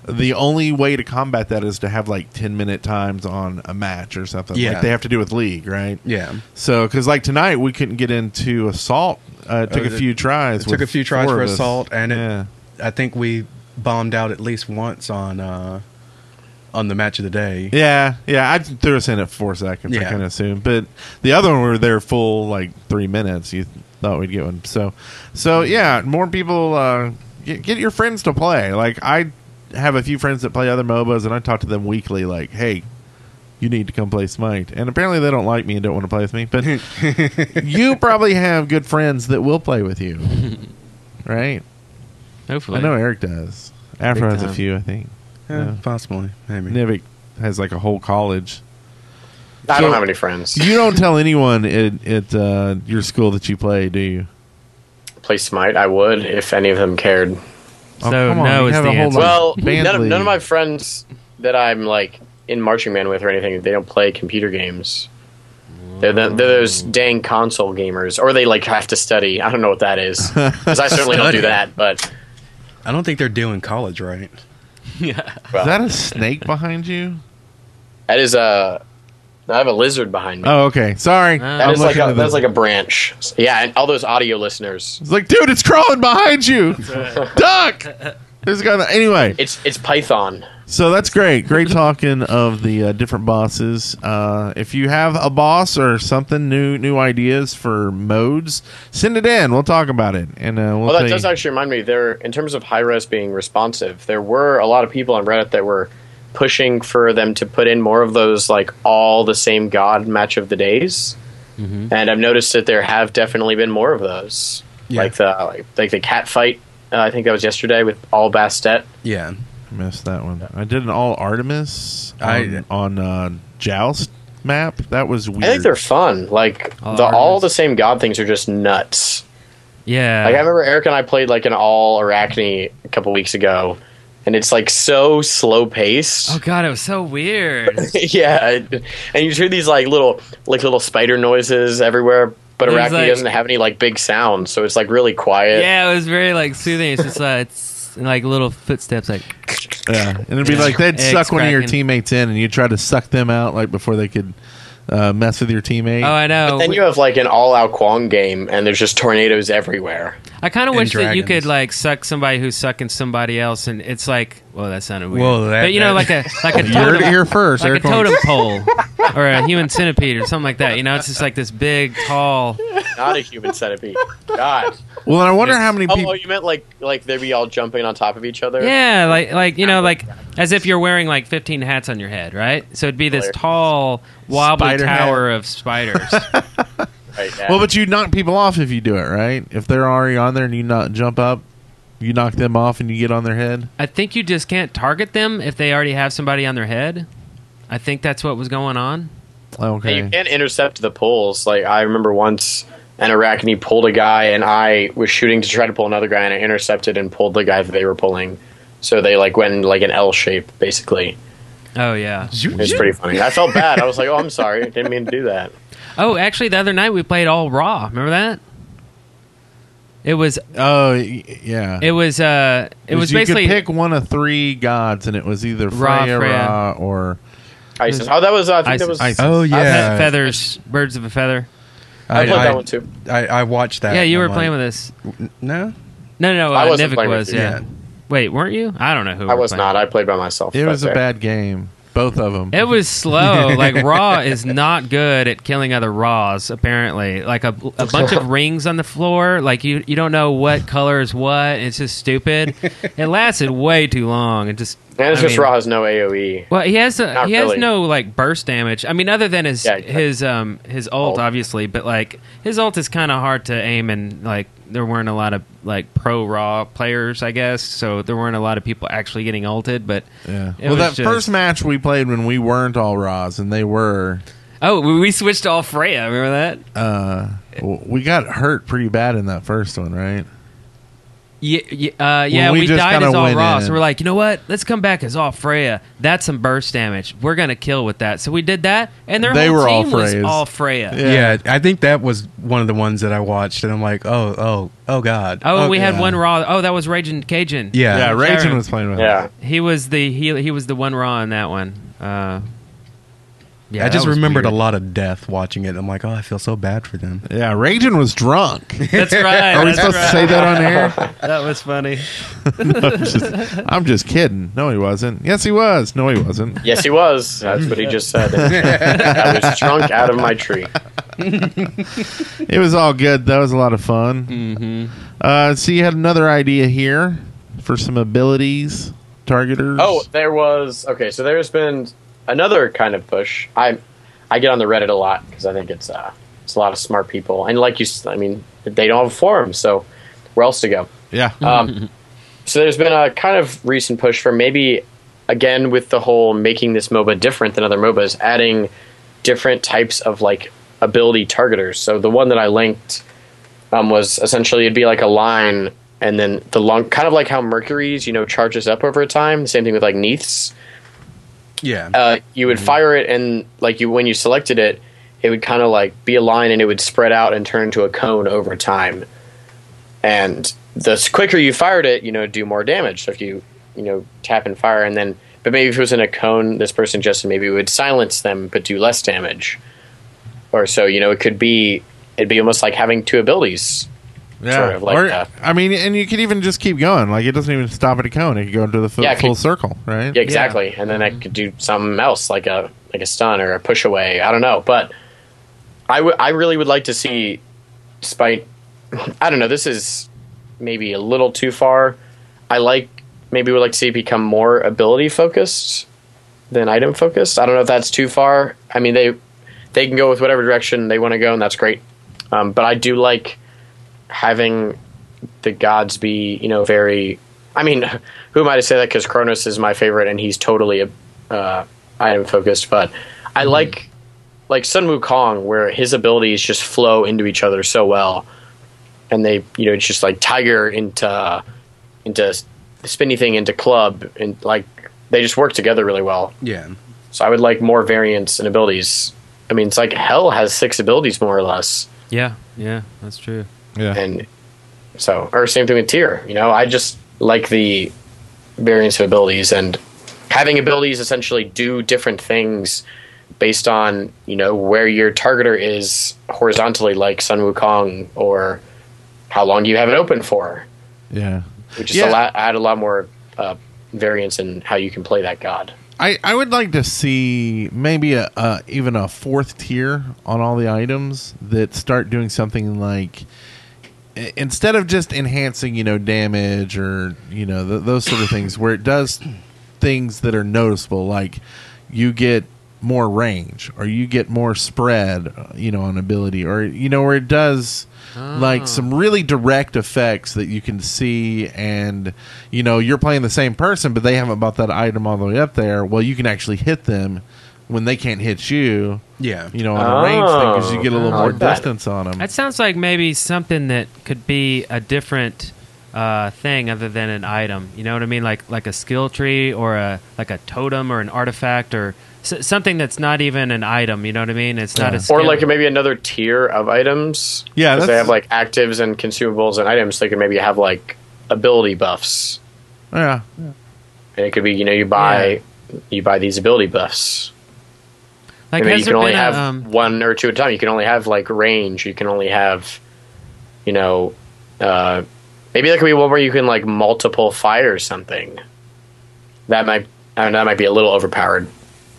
S2: The only way to combat that is to have like ten minute times on a match or something.
S3: Yeah.
S2: like they have to do with league, right?
S3: Yeah.
S2: So, because like tonight we couldn't get into assault. Uh, it took
S3: Uh,
S2: a few tries.
S3: It took
S2: with
S3: a few tries
S2: four
S3: for
S2: of us.
S3: assault, and it,
S2: yeah.
S3: I think we bombed out at least once on uh, on the match of the day.
S2: Yeah, yeah. I threw us in at four seconds. I
S3: Yeah.
S2: kind of assumed, but the other one we were there full like three minutes. You thought we'd get one, so so yeah. More people uh, get, get your friends to play. Like I have a few friends that play other MOBAs, and I talk to them weekly. Like, hey, you need to come play Smite, and apparently they don't like me and don't want to play with me. But you probably have good friends that will play with you, right?
S4: Hopefully,
S2: I know Eric does. Afro has a
S4: time.
S2: few, I think.
S3: Eh,
S2: Yeah.
S3: possibly. Maybe.
S2: Nivik has like a whole college.
S1: I
S2: So-
S1: don't have any friends.
S2: You don't tell anyone at, at uh, your school that you play, do you?
S1: Play Smite. I would if any of them cared.
S2: Oh,
S4: So,
S2: come on,
S4: no
S2: you
S4: is
S2: have
S4: the
S2: a whole
S4: answer.
S2: lot-
S1: Well,
S2: band
S1: none of,
S2: league.
S1: none of my friends that I'm like in marching band with or anything, they don't play computer games. They're, the, they're those dang console gamers, or they like have to study. I don't know what that is because I certainly don't do
S3: Study.
S1: that. But
S3: I don't think they're doing college right.
S4: yeah.
S1: Well,
S2: Is that a snake behind you?
S1: that is a. I have a lizard behind me.
S2: Oh, okay. Sorry.
S4: That
S1: that
S2: I'm
S1: is like
S2: looking
S1: a,
S2: at
S1: that's
S2: the-
S1: like a branch. So, yeah, and all those audio listeners,
S2: It's like, dude, it's crawling behind you. Duck. There's a guy. that- Anyway,
S1: it's it's Python.
S2: so that's great. Great talking of the uh, different bosses. Uh, if you have a boss or something new, new ideas for modes, send it in. We'll talk about it, and uh, we'll.
S1: Well, Oh, that
S2: see.
S1: does actually remind me. There, in terms of high res being responsive, there were a lot of people on Reddit that were pushing for them to put in more of those like all the same god match of the days.
S4: Mm-hmm.
S1: And I've noticed that there have definitely been more of those,
S3: Yeah.
S1: like the like, like the cat fight. Uh, I think that was yesterday with all Bastet.
S3: Yeah.
S2: Missed that one. I did an all Artemis on,
S3: I-
S2: on uh, Joust map. That was weird.
S1: I think they're fun. Like
S4: All
S1: the all
S4: Artemis.
S1: the same god things are just nuts.
S4: Yeah.
S1: Like I remember Eric and I played like an all Arachne a couple weeks ago, and it's like so slow paced.
S4: oh god, it was so weird.
S1: yeah, it- and you just hear these like little like little spider noises everywhere. But
S4: There's,
S1: Arachne
S4: like-
S1: doesn't have any like big sounds, so it's like really quiet.
S4: yeah, it was very like soothing. It's just uh, it's like little footsteps, like
S2: Yeah, and it'd be
S4: Yeah.
S2: like they'd
S4: Eggs
S2: suck one of your
S4: cracking.
S2: teammates in, and you try to suck them out like before they could uh, mess with your teammate.
S4: oh, I know.
S1: Then you have like an all out Kwong game, and there's just tornadoes everywhere.
S4: I kind of
S3: and
S4: wish that you
S3: dragons.
S4: could like suck somebody who's sucking somebody else, and it's like, well, that sounded weird.
S3: Whoa, that-
S4: but you know, like
S3: that-
S4: a like a
S2: you heard
S4: totem,
S2: it here first.
S4: like a
S2: Eric Horn.
S4: totem pole or a human centipede or something like that. You know, it's just like this big, tall.
S1: Not a human centipede. God.
S2: Well, I wonder how many
S1: Oh,
S2: people.
S1: oh, you meant like like they'd be all jumping on top of each other.
S4: Yeah, like like you know, like as if you're wearing like 15 hats on your head, right? So it'd be this tall, wobbly
S2: Spider hat.
S4: tower of spiders.
S1: Right, yeah.
S2: Well, but you knock people off if you do it right. If they're already on there and you not jump up, you knock them off and you get on their head.
S4: I think you just can't target them if they already have somebody on their head. I think that's what was going on.
S2: Okay.
S1: And you can't intercept the pulls. Like I remember once an Arachne pulled a guy and I was shooting to try to pull another guy and I intercepted and pulled the guy that they were pulling. So they like went in like an L shape basically.
S4: Oh yeah.
S1: It was pretty funny. I felt bad. I was like, "Oh, I'm sorry. I didn't mean to do that."
S4: Oh, actually, the other night we played all raw. Remember that? It was
S2: oh y- yeah.
S4: it was uh it was
S2: you
S4: basically
S2: could pick one of three gods, and it was either
S4: Ra,
S2: Freya,
S4: Freya.
S2: Ra, or
S1: ISIS. Oh, that was. I think that was.
S2: Isis.
S3: Oh yeah.
S1: I've
S4: Fe- feathers, birds of a feather.
S1: I played that one too.
S3: I, I watched that.
S4: yeah, you were playing with us.
S3: with. No.
S4: No, no, no.
S1: I
S4: Uh,
S1: wasn't
S4: Nivik
S1: playing with
S4: was.
S1: you.
S4: Yeah.
S3: Yeah.
S4: Wait, weren't you? I don't know who.
S1: I
S4: were
S1: was
S4: playing.
S1: not. I played by myself.
S2: it was
S1: that
S2: a
S1: day.
S2: bad game. Both of them.
S4: It was slow. like raw is not good at killing other raws. Apparently, like a, a bunch of rings on the floor. Like you, you don't know what color is what. It's just stupid. It lasted way too long. It just
S1: And it's
S4: I
S1: just
S4: mean-
S1: Raw has no E. AOE.
S4: Well, he has a,
S1: Not
S4: he has
S1: really.
S4: no like burst damage. I mean, other than his
S1: Yeah, exactly.
S4: his um his ult,
S1: Ult.
S4: obviously, but like his ult is kind of hard to aim, and like there weren't a lot of like pro raw players, I guess. So there weren't a lot of people actually getting ulted. But
S2: Yeah.
S4: It
S2: well,
S4: was
S2: that
S4: just-
S2: first match we played when we weren't all Ra's and they were,
S4: oh, we- we switched to all Freya. Remember that?
S2: uh, w- we got hurt pretty bad in that first one, right?
S4: Yeah, yeah, uh, yeah
S2: we
S4: we,
S2: just
S4: died
S2: kinda
S4: as all
S2: went
S4: raw,
S2: in.
S4: so we're like, you know what? Let's come back as all Freya. That's some burst damage. We're gonna kill with that. So we did that, and their
S2: They
S4: whole
S2: were all
S4: team was
S2: Freyas.
S4: all Freya.
S2: Yeah.
S3: Yeah. I think that was one of the ones that I watched, and I'm like, oh, oh, oh, God.
S4: Oh, we had
S2: yeah.
S4: one raw. Oh, that was Raging Cajun.
S3: Yeah.
S2: yeah,
S4: Sharon.
S2: Raging was playing with
S1: Yeah.
S2: us.
S4: He was the he he was the one raw in that one. Uh, yeah,
S3: I
S4: that
S3: just
S4: was
S3: remembered
S4: weird.
S3: a lot of death watching it. I'm like, oh, I feel so bad for them.
S2: Yeah, Raging was drunk.
S4: That's right.
S2: Are we
S4: that's
S2: supposed
S4: right.
S2: to say that on air?
S4: That was funny.
S2: I'm, just, I'm just kidding. No, he wasn't. Yes, he was. No, he wasn't.
S1: Yes, he was. That's what he just said. I was drunk out of my tree.
S2: It was all good. That was a lot of fun.
S4: Mm-hmm.
S2: Uh, so you had another idea here for some abilities, targeters.
S1: Oh, there was okay. So there's been another kind of push. I I get on the Reddit a lot because I think it's uh, it's a lot of smart people, and like you, s- I mean, they don't have a forum, so where else to go?
S2: yeah.
S1: Um, so there's been a kind of recent push for maybe, again, with the whole making this MOBA different than other MOBAs, adding different types of like ability targeters. So the one that I linked um, was essentially it'd be like a line, and then the long, kind of like how Mercury's you know charges up over time. Same thing with like Neith's
S3: Yeah.
S1: uh, you would fire it and like you when you selected it it would kind of like be a line and it would spread out and turn into a cone over time and the s- quicker you fired it, you know, do more damage. So if you you know tap and fire, and then but maybe if it was in a cone, this person suggested maybe it would silence them but do less damage, or so you know it could be it'd be almost like having two abilities.
S2: Yeah.
S1: Sort of like
S2: or,
S1: that.
S2: I mean, and you could even just keep going. Like it doesn't even stop at a cone. It could go into the full,
S1: Yeah, it
S2: full
S1: could-
S2: circle, right?
S1: Yeah, exactly. And then I could do something else like a like a stun or a push away. I don't know, but I would I really would like to see Spite. I don't know. This is maybe a little too far. I like maybe would like to see it become more ability focused than item focused. I don't know if that's too far. I mean they they can go with whatever direction they want to go, and that's great. Um, but I do like having the gods be, you know, very. I mean, who am I to say that? Because Cronus is my favorite, and he's totally uh, item focused. But I like like Sun Wukong, where his abilities just flow into each other so well, and they, you know, it's just like tiger into uh, into spinny thing into club, and like they just work together really well.
S3: Yeah.
S1: So I would like more variants and abilities. I mean, it's like Hell has six abilities more or less,
S4: Yeah, yeah, that's true.
S2: Yeah.
S1: and so or same thing with Tier. You know, I just like the variants of abilities and having abilities essentially do different things based on you know where your targeter is horizontally, like Sun Wukong, or how long you have it open for,
S2: yeah.
S1: which is
S2: Yeah.
S1: a lot add a lot more uh, variance in how you can play that god.
S2: I, I would like to see maybe a, a even a fourth tier on all the items that start doing something like i- instead of just enhancing you know damage or you know th- those sort of things where it does things that are noticeable like you get more range or you get more spread uh, you know on ability or you know where it does
S1: Ah.
S2: like some really direct effects that you can see and you know you're playing the same person but they haven't bought that item all the way up there well you can actually hit them when they can't hit you
S3: Yeah.
S2: you know on a range thing because you get a little
S1: Oh, I
S2: more
S1: like that.
S2: distance on them
S4: That sounds like maybe something that could be a different uh, thing other than an item. You know what I mean? Like like a skill tree or a like a totem or an artifact or s- something that's not even an item. You know what I mean? It's not a skill.
S1: or like maybe another tier of items.
S2: Yeah,
S1: 'Cause they
S2: that's-
S1: have like actives and consumables and items. They could maybe have like ability buffs,
S2: yeah
S1: and it could be you know you buy you buy these ability buffs.
S4: like
S1: And then
S4: has
S1: you
S4: there
S1: can only
S4: been a,
S1: have
S4: um,
S1: one or two at a time. You can only have like range. You can only have, you know, uh, maybe there could be one where you can like multiple fire something. That might I don't know, that might be a little overpowered.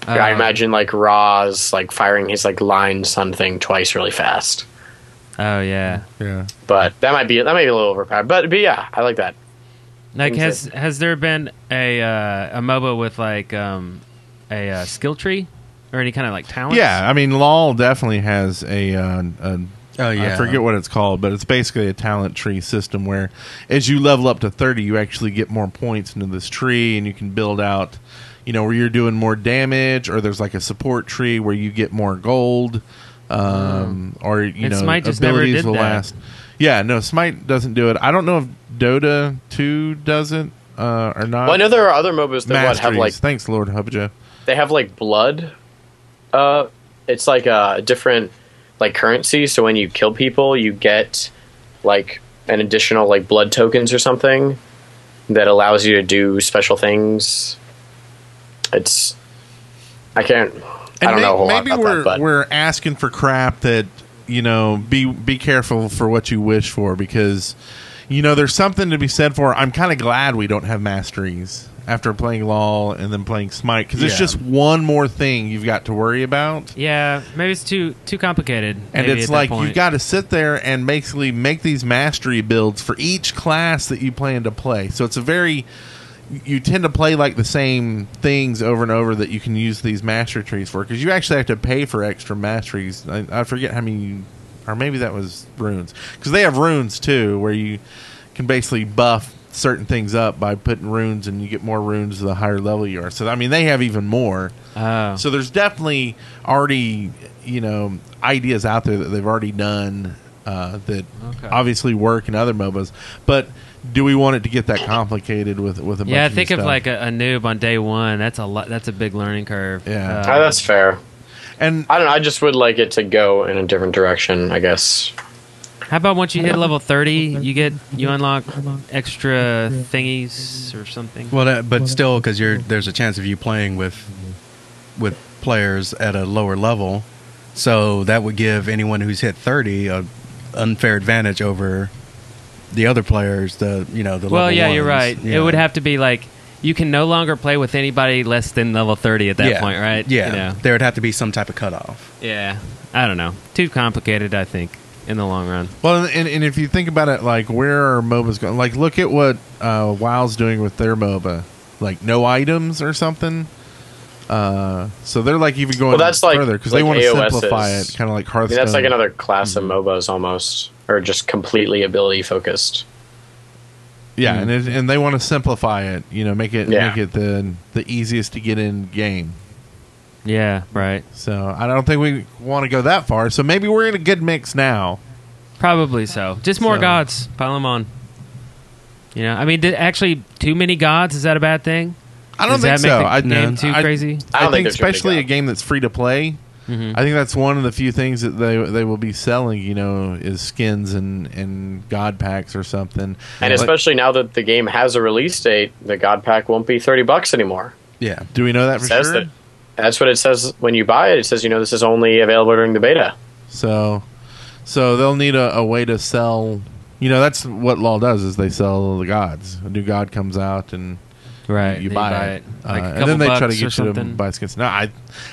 S1: I
S4: uh,
S1: imagine like Roz like firing his like line sun thing twice really fast.
S4: Oh yeah.
S2: yeah
S1: but that might be that might be a little overpowered. But but yeah, I like that.
S4: Like has
S1: things
S4: has there been a uh, a MOBA with like um, a uh, skill tree or any kind of like talent?
S2: yeah i mean lol definitely has a, uh, a
S3: Oh yeah.
S2: I forget what it's called, but it's basically a talent tree system where as you level up to 30, you actually get more points into this tree and you can build out, you know, where you're doing more damage or there's like a support tree where you get more gold um, or, you
S4: Hmm. And
S2: know,
S4: Smite just never
S2: abilities
S4: did
S2: will
S4: that.
S2: last. Yeah, no, Smite doesn't do it. I don't know if Dota 2 doesn't uh, or not.
S1: Well, I know there are other MOBAs that what, have
S2: Masteries.
S1: like
S2: Thanks, Lord Hubja.
S1: they have like blood. Uh, it's like a different like currency. So when you kill people, you get like an additional like blood tokens or something that allows you to do special things. It's I can't. I don't know a whole lot
S2: maybe
S1: about
S2: we're
S1: that, but
S2: we're asking for crap that you know. Be be careful for what you wish for because you know there's something to be said for. I'm kind of glad we don't have masteries after playing LOL and then playing Smite because it's
S3: Yeah.
S2: just one more thing you've got to worry about.
S4: Yeah, maybe it's too too complicated.
S2: And
S4: maybe
S2: it's
S4: at that
S2: like
S4: point.
S2: you've got to sit there and basically make these mastery builds for each class that you plan to play. So it's a very you tend to play like the same things over and over that you can use these mastery trees for because you actually have to pay for extra masteries. I, I forget how many, you, or maybe that was runes because they have runes too where you can basically buff certain things up by putting runes and you get more runes the higher level you are. So I mean they have even more.
S4: Oh.
S2: So there's definitely already, you know, ideas out there that they've already done uh, that
S4: Okay.
S2: obviously work in other MOBAs. But do we want it to get that complicated with with a bunch
S4: yeah,
S2: of new
S4: think of
S2: stuff?
S4: like a, a noob on day one. That's a lot. That's a big learning curve. Uh,
S2: Yeah.
S1: Ah, that's fair.
S2: and
S1: I don't know. I just would like it to go in a different direction. I guess
S4: How about once you hit level thirty, you get you unlock extra thingies or something?
S3: Well, that, but still, because you're there's a chance of you playing with with players at a lower level, so that would give anyone who's hit thirty a unfair advantage over the other players. The you know the
S4: Well,
S3: level
S4: yeah, you're
S3: ones.
S4: right.
S3: Yeah.
S4: It would have to be like you can no longer play with anybody less than level thirty at that
S3: Yeah.
S4: point, right?
S3: Yeah,
S4: You know?
S3: there would have to be some type of cutoff.
S4: Yeah. I don't know. Too complicated, I think, in the long run.
S2: Well, and, and if you think about it, like where are MOBAs going? Like, look at what uh, WoW's doing with their MOBA, like no items or something. Uh, so they're like even going
S1: Well, that's like-
S2: further because
S1: like
S2: they want to
S1: AOS
S2: simplify
S1: is-
S2: it, kind of like
S1: I mean,
S2: Hearthstone.
S1: that's like another class of MOBAs almost, or just completely ability focused.
S2: yeah,
S4: Mm-hmm.
S2: and it, and they want to simplify it, you know, make it
S1: Yeah.
S2: make it the the easiest to get in game.
S4: Yeah, right.
S2: So I don't think we want to go that far. So maybe we're in a good mix now.
S4: Probably so. Just more
S2: So-
S4: gods. Pile them on. You know, I mean, did, actually, too many gods is that a bad thing?
S2: I don't
S4: Does
S2: think
S4: that make
S2: so.
S4: the
S2: I,
S4: game too
S2: I-
S4: crazy? Mm-hmm.
S1: I
S2: I,
S1: don't
S2: think,
S1: think they're too
S2: especially
S1: big
S2: a
S1: up.
S2: game that's free to play. I think that's one of the few things that they they will be selling. You know, is skins and and god packs or something.
S1: And
S2: Like,
S1: especially now that the game has a release date, the God Pack won't be thirty bucks anymore.
S3: Yeah,
S2: do we know that
S1: It
S2: for
S1: says
S2: sure?
S1: that. That's what it says when you buy it. It says you know this is only available during the beta.
S2: So, so they'll need a, a way to sell. You know, that's what law does is they sell the gods. A new god comes out and
S4: Right.
S2: you
S4: they
S2: buy, it, Uh,
S4: Like a couple
S2: and then they try to
S4: bucks or
S2: get you to
S4: something.
S2: buy skins. No, I,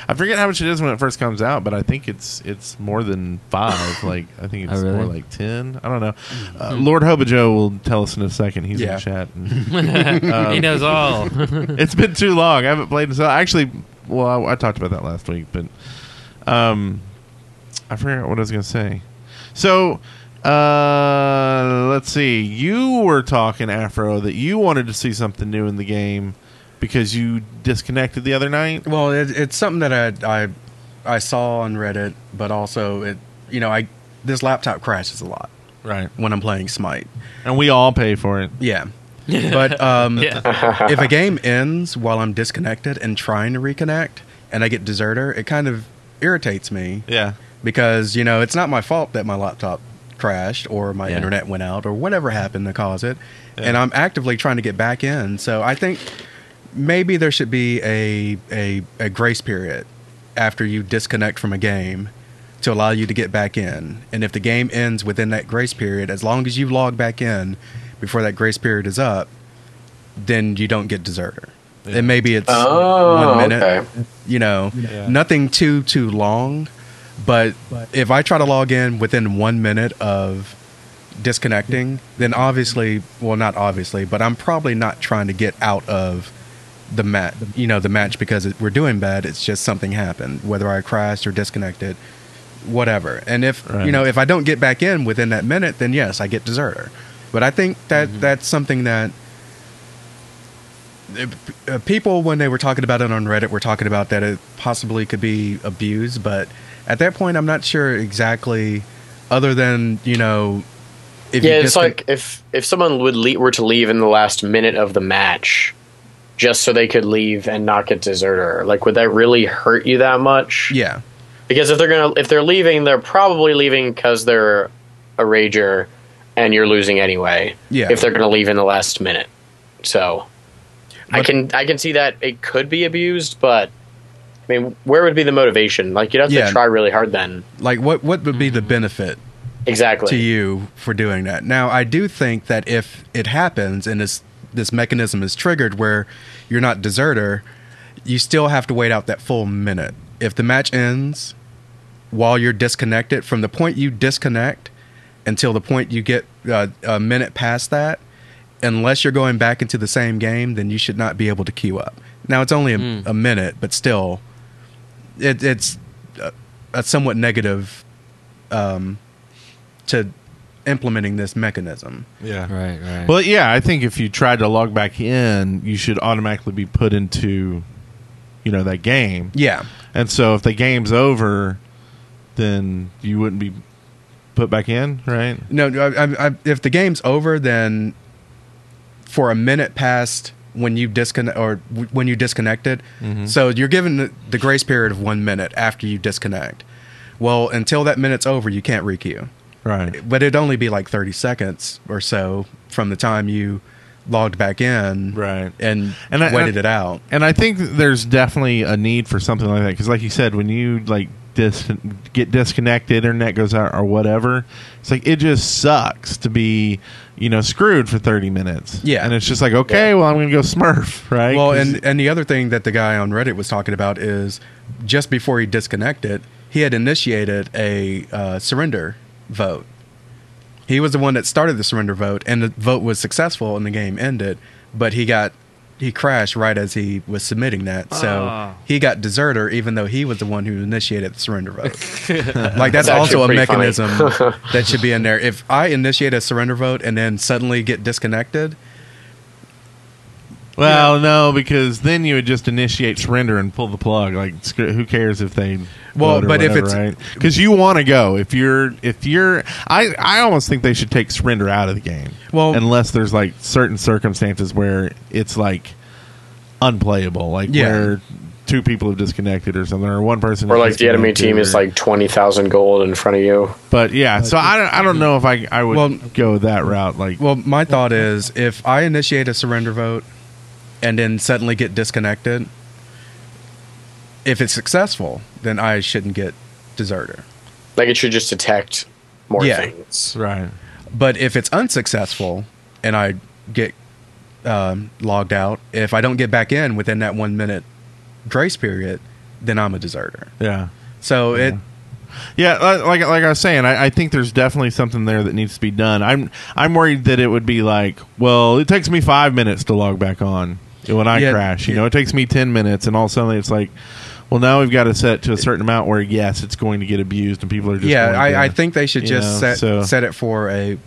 S2: I forget how much it is when it first comes out, but I think it's it's more than five. like I think it's
S4: Oh, really? Mm-hmm.
S2: more like ten. I don't know. Uh, Lord Hobajo will tell us in a second. He's
S3: Yeah.
S2: in chat. uh,
S4: he knows all.
S2: it's been too long. I haven't played. in So actually, well, I, I talked about that last week, but um, I forgot what I was going to say. So uh, let's see. You were talking Afro that you wanted to see something new in the game because you disconnected the other night.
S3: Well, it, it's something that I, I I saw on Reddit, but also it you know I this laptop crashes a lot
S2: Right.
S3: when I'm playing Smite.
S2: And we all pay for it.
S3: Yeah. But um,
S1: Yeah.
S3: if a game ends while I'm disconnected and trying to reconnect and I get deserter, it kind of irritates me
S2: Yeah.
S3: because, you know, it's not my fault that my laptop crashed or my
S4: Yeah.
S3: internet went out or whatever happened to cause it.
S2: Yeah.
S3: And I'm actively trying to get back in. So I think maybe there should be a, a, a grace period after you disconnect from a game to allow you to get back in. And if the game ends within that grace period, as long as you log back in before that grace period is up, then you don't get deserter. And maybe it's
S1: Oh,
S3: one minute,
S1: okay.
S3: you know,
S2: Yeah.
S3: nothing too too long. But if I try to log in within one minute of disconnecting, then obviously, well, not obviously, but I'm probably not trying to get out of the mat, you know, the match because it, we're doing bad. It's just something happened, whether I crashed or disconnected, whatever. And if
S2: Right.
S3: you know, if I don't get back in within that minute, then yes, I get deserter. But I think that that's something that uh, people when they were talking about it on Reddit were talking about that it possibly could be abused, but at that point, I'm not sure exactly. Other than you know, if
S1: yeah, it's
S3: just-
S1: like if if someone would le- were to leave in the last minute of the match, just so they could leave and not get deserter. Like, would that really hurt you that much?
S3: yeah,
S1: Because if they're gonna if they're leaving, they're probably leaving because they're a rager, and you're losing anyway.
S3: Yeah.
S1: If they're gonna leave in the last minute, so I can I can see that it could be abused, but I mean, where would be the motivation? Like, you'd have
S3: Yeah.
S1: to try really hard then.
S3: like what what would be the benefit
S1: Exactly.
S3: to you for doing that. Now, I do think that if it happens and this this mechanism is triggered where you're not deserter, you still have to wait out that full minute. If the match ends while you're disconnected, from the point you disconnect until the point you get uh, a minute past that, unless you're going back into the same game, then you should not be able to queue up. Now, it's only a, a minute, but still, it, it's a, a somewhat negative to implementing this mechanism.
S2: Yeah.
S4: right, right.
S2: Well, yeah, I think if you tried to log back in, you should automatically be put into, you know, that game.
S3: Yeah.
S2: And so if the game's over, then you wouldn't be put back in, right?
S3: No, I, I, I, if the game's over, then for a minute past when you disconnect or w- when you disconnected,
S2: Mm-hmm.
S3: so you're given the, the grace period of one minute after you disconnect. Well, until that minute's over, you can't requeue.
S2: Right.
S3: but it'd only be like 30 seconds or so from the time you logged back in
S2: Right.
S3: and,
S2: And I-
S3: waited
S2: I-
S3: it out
S2: And I think there's definitely a need for something like that because, like you said, when you like dis- get disconnected, internet goes out or whatever, it's like it just sucks to be, you know, screwed for thirty minutes.
S3: Yeah.
S2: and it's just like, okay, well, I'm gonna go Smurf, right?
S3: well
S2: 'Cause-
S3: and, and the other thing that the guy on reddit was talking about is just before he disconnected he had initiated a uh, surrender vote he was the one that started the surrender vote and the vote was successful and the game ended but he got he crashed right as he was submitting that so
S4: Ah.
S3: he got deserter even though he was the one who initiated the surrender vote like that's,
S1: That's actually
S3: also a
S1: pretty funny.
S3: mechanism that should be in there if i initiate a surrender vote and then suddenly get disconnected
S2: well, no, because then you would just initiate surrender and pull the plug. Like, screw, who cares if they
S3: Well,
S2: vote or
S3: but if
S2: whatever,
S3: it's-
S2: right because you want to go if you're if you're I I almost think they should take surrender out of the game.
S3: Well-
S2: unless there's like certain circumstances where it's like unplayable, like
S3: Yeah.
S2: where two people have disconnected or something, or one person
S1: Or
S2: has
S1: like the enemy
S2: disconnected
S1: team is
S2: or-
S1: like twenty thousand gold in front of you.
S2: But yeah, so I don't I don't know if I I would
S3: Well-
S2: go that route. Like
S3: Well, my thought is if I initiate a surrender vote and then suddenly get disconnected, if it's successful, then I shouldn't get deserter.
S1: Like it should just detect more
S3: Yeah.
S1: things.
S2: right,
S3: But if it's unsuccessful and I get um, logged out, if I don't get back in within that one minute grace period, then I'm a deserter.
S2: yeah.
S3: So it
S2: Yeah, li- like like I was saying, I, I think there's definitely something there that needs to be done. I'm I'm worried that it would be like, well, it takes me five minutes to log back on when I
S3: Yeah,
S2: crash. You
S3: yeah.
S2: know, it takes me ten minutes, and all of a sudden it's like, well, now we've got to set it to a certain amount where yes, it's going to get abused, and people are just
S3: yeah,
S2: going to-
S3: I, I think they should
S2: you
S3: just
S2: know,
S3: set
S2: so-
S3: set it for a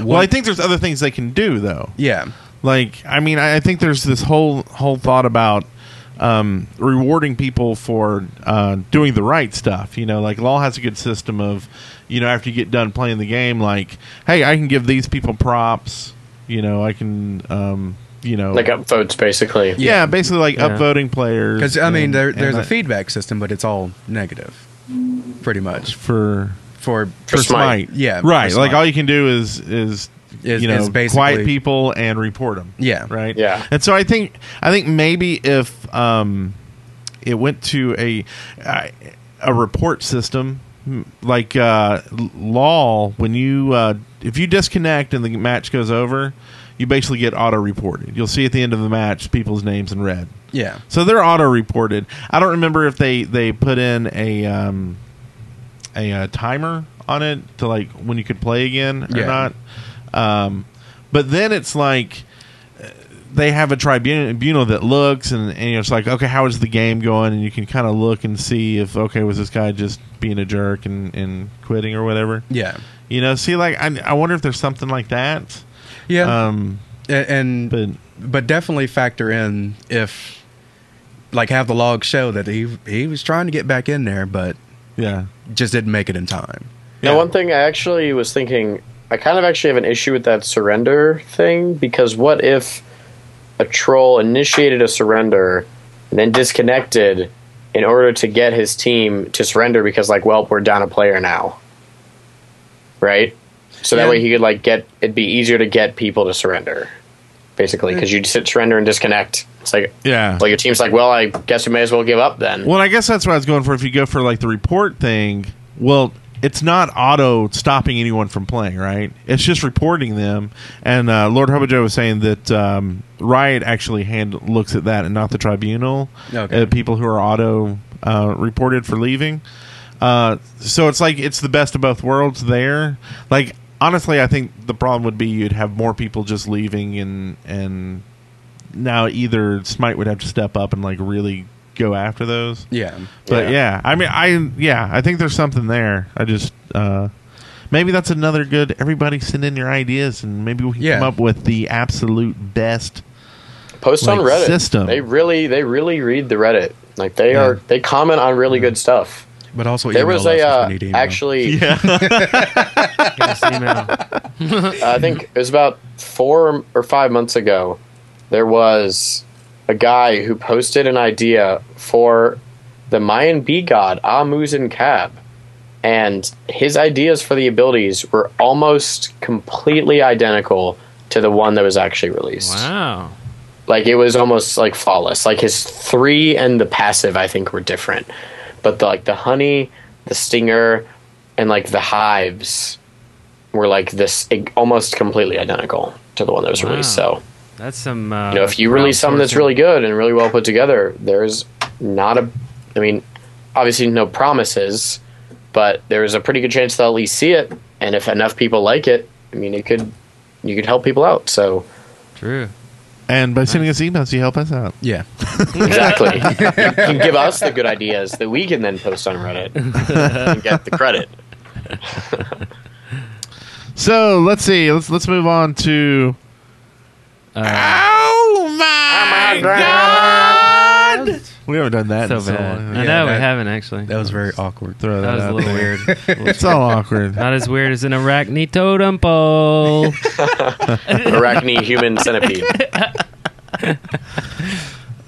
S2: Well, I think there's other things they can do though.
S3: yeah.
S2: Like, I mean, I, I think there's this whole whole thought about um, rewarding people for uh, doing the right stuff. You know, like LOL has a good system of, you know, after you get done playing the game, like, hey, I can give these people props. You know, I can, um, you know,
S1: Like upvotes basically.
S2: yeah, basically like
S4: Yeah.
S2: upvoting players.
S3: Because I mean,
S2: and-
S3: there,
S2: and
S3: there's a
S2: that-
S3: feedback system, but it's all negative, pretty much.
S2: for
S3: For
S2: for
S1: Smite.
S2: smite.
S3: Yeah,
S2: right.
S3: for
S2: Like
S3: Smite.
S2: all you can do is is,
S3: Is-
S2: you know
S3: is basically-
S2: quiet people and report them.
S3: Yeah.
S2: right.
S1: Yeah.
S2: and so I think I think maybe if um, it went to a a- a report system hmm, like uh, law when you uh, if you disconnect and the match goes over, you basically get auto reported. You'll see at the end of the match people's names in red.
S3: yeah,
S2: So they're auto reported. I don't remember if they they put in a um, a uh, timer on it to like when you could play again or
S3: Yeah.
S2: not. Um, but then it's like uh, they have a tribunal that looks and, and it's like okay how is the game going and you can kind of look and see if okay was this guy just being a jerk and, and quitting or whatever
S3: yeah,
S2: you know see like I, I wonder if there's something like that
S3: yeah,
S2: um
S3: A- and,
S2: but
S3: but definitely factor in if like have the log show that he he was trying to get back in there, but
S2: yeah
S3: just didn't make it in time.
S2: Yeah.
S1: Now, one thing I actually was thinking, I kind of actually have an issue with that surrender thing because what if a troll initiated a surrender and then disconnected in order to get his team to surrender because, like, well, we're down a player now, right? So
S3: Yeah.
S1: that way he could like get it'd be easier to get people to surrender, basically, because you just hit surrender and disconnect. It's like
S2: yeah
S1: like your team's like, well, I guess we may as well give up then.
S2: Well, I guess that's what I was going for. If you go for like the report thing, well, it's not auto stopping anyone from playing, right? It's just reporting them. And uh, Lord Hobojo was saying that um, Riot actually hand looks at that and not the tribunal.
S3: Okay.
S2: Uh, people who are auto uh, reported for leaving. Uh, so it's like it's the best of both worlds there. Like honestly, I think the problem would be you'd have more people just leaving and and now either Smite would have to step up and like really go after those.
S3: Yeah,
S2: But
S1: Yeah.
S2: yeah. I mean, I yeah, I think there's something there. I just uh, maybe that's another good. Everybody send in your ideas, and maybe we can
S3: Yeah.
S2: come up with the absolute best.
S1: post on
S2: like,
S1: Reddit.
S2: system.
S1: They really they really read the Reddit. Like they
S2: Yeah.
S1: are they comment on really good stuff.
S3: but also
S1: There
S3: email
S1: was
S3: us
S1: a
S3: if we
S1: uh,
S3: need email.
S1: actually
S2: Yeah,
S4: Give us an email.
S1: I think it was about four or five months ago. There was a guy who posted an idea for the Mayan bee god Amuzin Cab, and his ideas for the abilities were almost completely identical to the one that was actually released.
S4: Wow.
S1: Like it was almost like flawless. Like his three and the passive, I think, were different, but the, like the honey, the stinger, and like the hives were like this i- almost completely identical to the one that was released.
S4: Wow.
S1: So
S4: That's some. Uh,
S1: you know, if you release something that's
S4: crowdsourcing.
S1: really good and really well put together, there's not a, I mean, obviously no promises, but there is a pretty good chance they'll at least see it. And if enough people like it, I mean, it could, you could help people out. So
S4: True.
S2: And by sending us emails, you help us out.
S3: Yeah.
S1: exactly, you can give us the good ideas that we can then post on Reddit and get the credit.
S2: So let's see. Let's let's move on to.
S4: Uh, Ah,
S2: oh my god! We haven't done that
S4: So uh,
S2: in so
S4: bad.
S2: long.
S4: I
S3: Yeah,
S4: know we
S3: that-
S4: haven't actually.
S3: That was very awkward.
S2: Throw that,
S4: That was a
S2: out
S4: little
S2: there.
S4: weird.
S2: It's all awkward.
S4: Not as weird as an arachnitotemple.
S1: Arachne human centipede,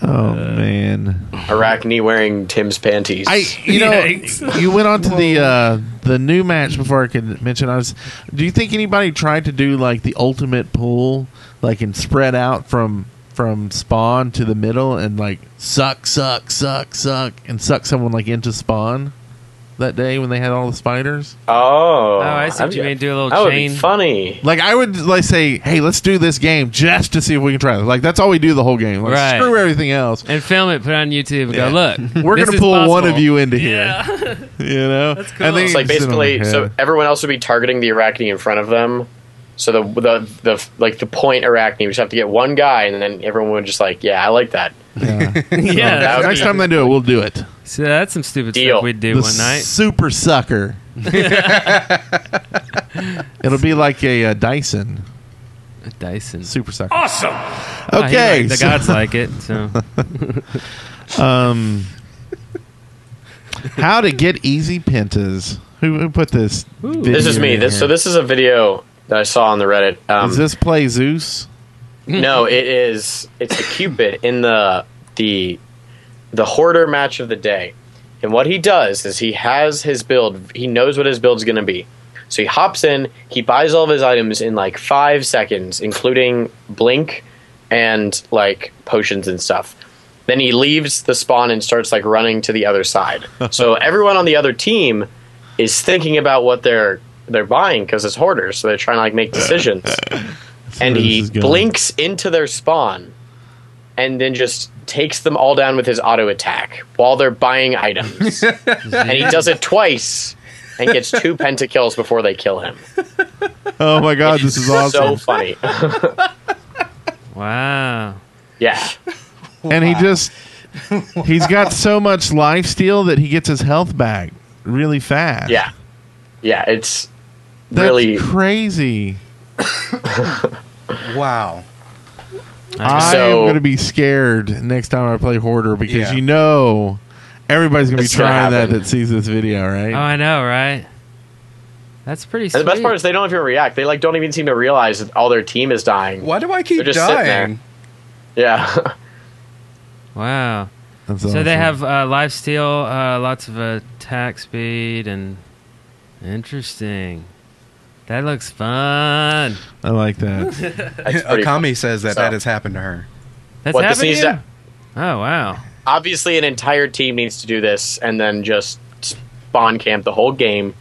S2: Oh man!
S1: Arachne wearing Tim's panties.
S2: I you know
S4: Yikes.
S2: you went on to the uh, the new match before I could mention. I was. Do you think anybody tried to do like the ultimate pool, like and spread out from from spawn to the middle and like suck, suck, suck, suck, and suck someone like into spawn that day when they had all the spiders?
S1: oh,
S4: Oh, I see what you mean. Do a little
S1: that would
S4: chain.
S1: be funny.
S2: Like I would like say, hey, let's do this game just to see if we can try it. Like that's all we do the whole game. Like,
S4: Right.
S2: Screw everything else.
S4: and film it, put it on YouTube, and
S2: Yeah.
S4: go look.
S2: We're
S4: this
S2: gonna
S4: is
S2: pull one of
S4: possible."
S2: you into here.
S4: Yeah.
S2: You know, that's
S4: cool.
S1: It's like basically, so everyone else would be targeting the Arachne in front of them. So the the the like the point Arachne, we just have to get one guy, and then everyone would just like, yeah, I like that.
S4: yeah.
S1: That would
S2: next
S1: be-
S2: time they do it, we'll do it.
S4: So that's some stupid
S1: Deal.
S4: stuff we'd do
S2: The
S4: one night.
S2: super sucker. It'll be like a, uh Dyson
S4: Dyson.
S2: super sucker.
S4: Awesome.
S2: Okay,
S4: Ah, the
S2: so-
S4: gods like it. So
S2: How to get easy pentas? Who, who put this?
S4: Ooh.
S2: video
S1: This is me.
S2: in
S1: This so
S2: here?
S1: this is a video that I saw on the Reddit. Um,
S2: Is this play Zeus?
S1: no, it is it's a Cupid in the the the hoarder match of the day. And what he does is he has his build. He knows what his build's going to be. So he hops in. He buys all of his items in like five seconds, including blink and like potions and stuff. Then he leaves the spawn and starts like running to the other side. so everyone on the other team is thinking about what they're they're buying because it's hoarders. So they're trying to like make decisions. and
S2: where this
S1: he
S2: is going.
S1: blinks into their spawn and then just takes them all down with his auto attack while they're buying items. and he does it twice and gets two pentakills before they kill him.
S2: Oh my god, this is
S1: So
S2: awesome!
S1: funny.
S4: wow.
S1: yeah.
S2: and he just he's got so much life steal that he gets his health back really fast.
S1: Yeah. Yeah, it's
S2: That's
S1: really
S2: crazy.
S3: Wow.
S2: I
S1: So-
S2: am going to be scared next time I play Hoarder because
S3: Yeah.
S2: you know everybody's going to be
S1: It's gonna
S2: trying that
S1: happen.
S2: that sees this video, right?
S4: Oh, I know, right? That's pretty. Sweet.
S1: and the best part is they don't even react. They like don't even seem to realize that all their team is dying.
S3: Why do I keep
S1: They're just sitting
S3: dying?
S1: Yeah.
S4: wow.
S2: That's
S4: So they
S2: awesome.
S4: have uh, life steal, uh, lots of attack speed, and interesting. That looks fun.
S2: I like that.
S1: That's pretty
S3: Akami says that
S1: So-
S3: that has happened to her.
S4: That's
S1: What this
S4: happening.
S1: needs to-
S4: oh wow.
S1: obviously an entire team needs to do this and then just spawn camp the whole game.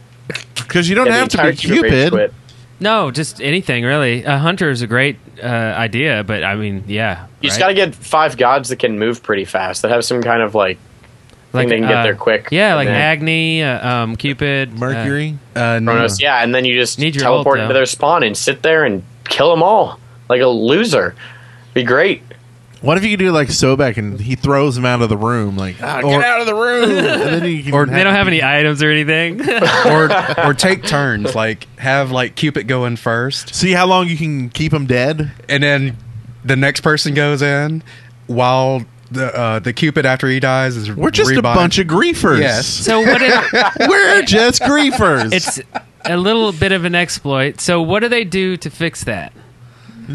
S2: Because you don't
S1: And the
S2: have to
S1: entire
S2: be
S1: team rage
S2: Cupid.
S1: quit.
S4: No, just anything really. A hunter is a great uh, idea, but I mean, yeah.
S1: You just
S4: right?
S1: got to get five gods that can move pretty fast, that have some kind of like
S4: like,
S1: they can get
S4: uh,
S1: there quick.
S4: Yeah, like
S1: Yeah.
S4: Agni, uh, um, Cupid, uh,
S2: Mercury.
S3: Uh, no.
S1: Kronos. Yeah, and then you just
S4: Need your ult,
S1: teleport
S4: though.
S1: into their spawn and sit there and kill them all like a loser. Be great.
S2: what if you could do like Sobek and he throws him out of the room, like ah,
S3: Or-
S2: get out of the room, and then you can
S3: Or-
S4: they don't have any items or anything.
S3: or or take turns, like have like Cupid go in first,
S2: see how long you can keep him dead.
S3: and then the next person goes in while the uh, the Cupid after he dies is
S2: We're just a bunch of griefers.
S3: Yes.
S4: so what? If,
S2: We're just griefers.
S4: it's a little bit of an exploit. So what do they do to fix that?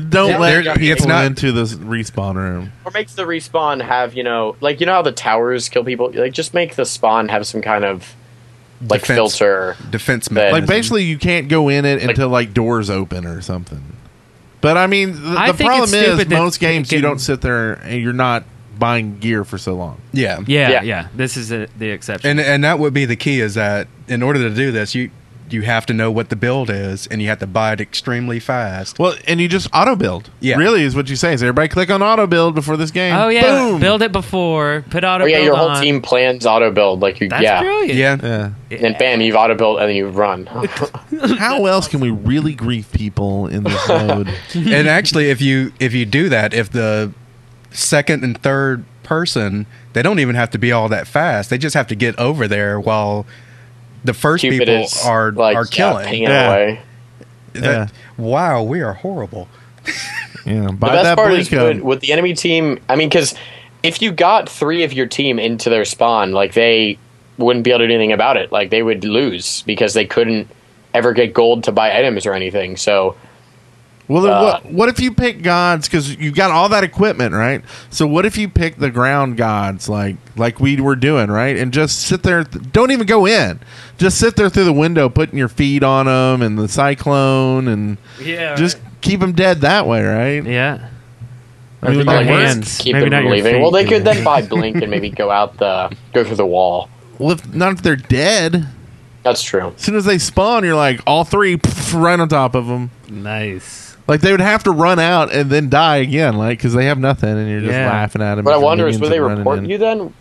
S2: don't let
S3: There-
S2: people
S3: it's not-
S2: into the respawn room.
S1: Or makes the respawn have you know like you know how the towers kill people. Like just make the spawn have some kind of like
S3: Defense-
S1: filter.
S3: defense
S1: That-
S3: mechanism.
S2: Like basically, you can't go in it until like doors open or something. But I mean, the,
S4: I
S2: the
S4: think it's
S2: problem is
S4: stupid that
S2: most games
S4: they
S2: you
S4: can-
S2: don't sit there and you're not buying gear for so long.
S3: yeah,
S4: Yeah, yeah.
S1: Yeah.
S4: This is the the exception.
S3: and and that would be the key is that in order to do this, you you have to know what the build is, and you have to buy it extremely fast.
S2: Well, and you just auto build.
S3: Yeah.
S2: really is what you say. Is everybody click on auto build before this game?
S4: oh yeah,
S2: Boom!
S4: build it before. Put auto.
S1: Oh yeah,
S4: build
S1: your whole
S4: on.
S1: team plans auto build. Like you,
S4: That's
S1: yeah,
S4: brilliant.
S3: yeah,
S2: Yeah.
S1: and then bam, you've auto built and then you run.
S2: How else can we really grieve people in this mode?
S3: and actually, if you if you do that, if the second and third person, they don't even have to be all that fast. They just have to get over there while the first
S1: Cupid
S3: people
S1: is
S3: are
S1: like
S3: are
S1: yeah,
S3: killing.
S1: pinging
S2: Yeah.
S1: away.
S3: That- Wow, we are horrible.
S2: Yeah,
S1: The
S2: buy
S1: best
S2: that
S1: part
S2: blue
S1: is
S2: code.
S1: with, with the enemy team. I mean, because if you got three of your team into their spawn, like they wouldn't be able to do anything about it. Like they would lose because they couldn't ever get gold to buy items or anything. So
S2: Well, then
S1: Uh,
S2: what, what if you pick gods? Because you got all that equipment, right? So what if you pick the ground gods, like like we were doing, right? And just sit there. Th- don't even go in. Just sit there through the window, putting your feet on them, and the cyclone, and
S4: Yeah.
S2: just keep them dead that way, right?
S4: Yeah.
S2: I mean,
S4: Or
S2: like,
S4: your
S2: we're
S1: just
S4: hands.
S1: keep
S4: Maybe
S1: them
S4: not
S1: from
S4: your
S1: leaving.
S4: feet.
S1: Well, they could then buy blink and maybe go out the go through the wall.
S2: Well, if, not if they're dead. As
S1: That's true.
S2: soon as they spawn, you're like all three pff, right on top of them.
S4: Nice.
S2: Like they would have to run out and then die again, like because they have nothing, and you're just
S4: Yeah.
S2: laughing at them.
S1: But I wonder is would they report you then?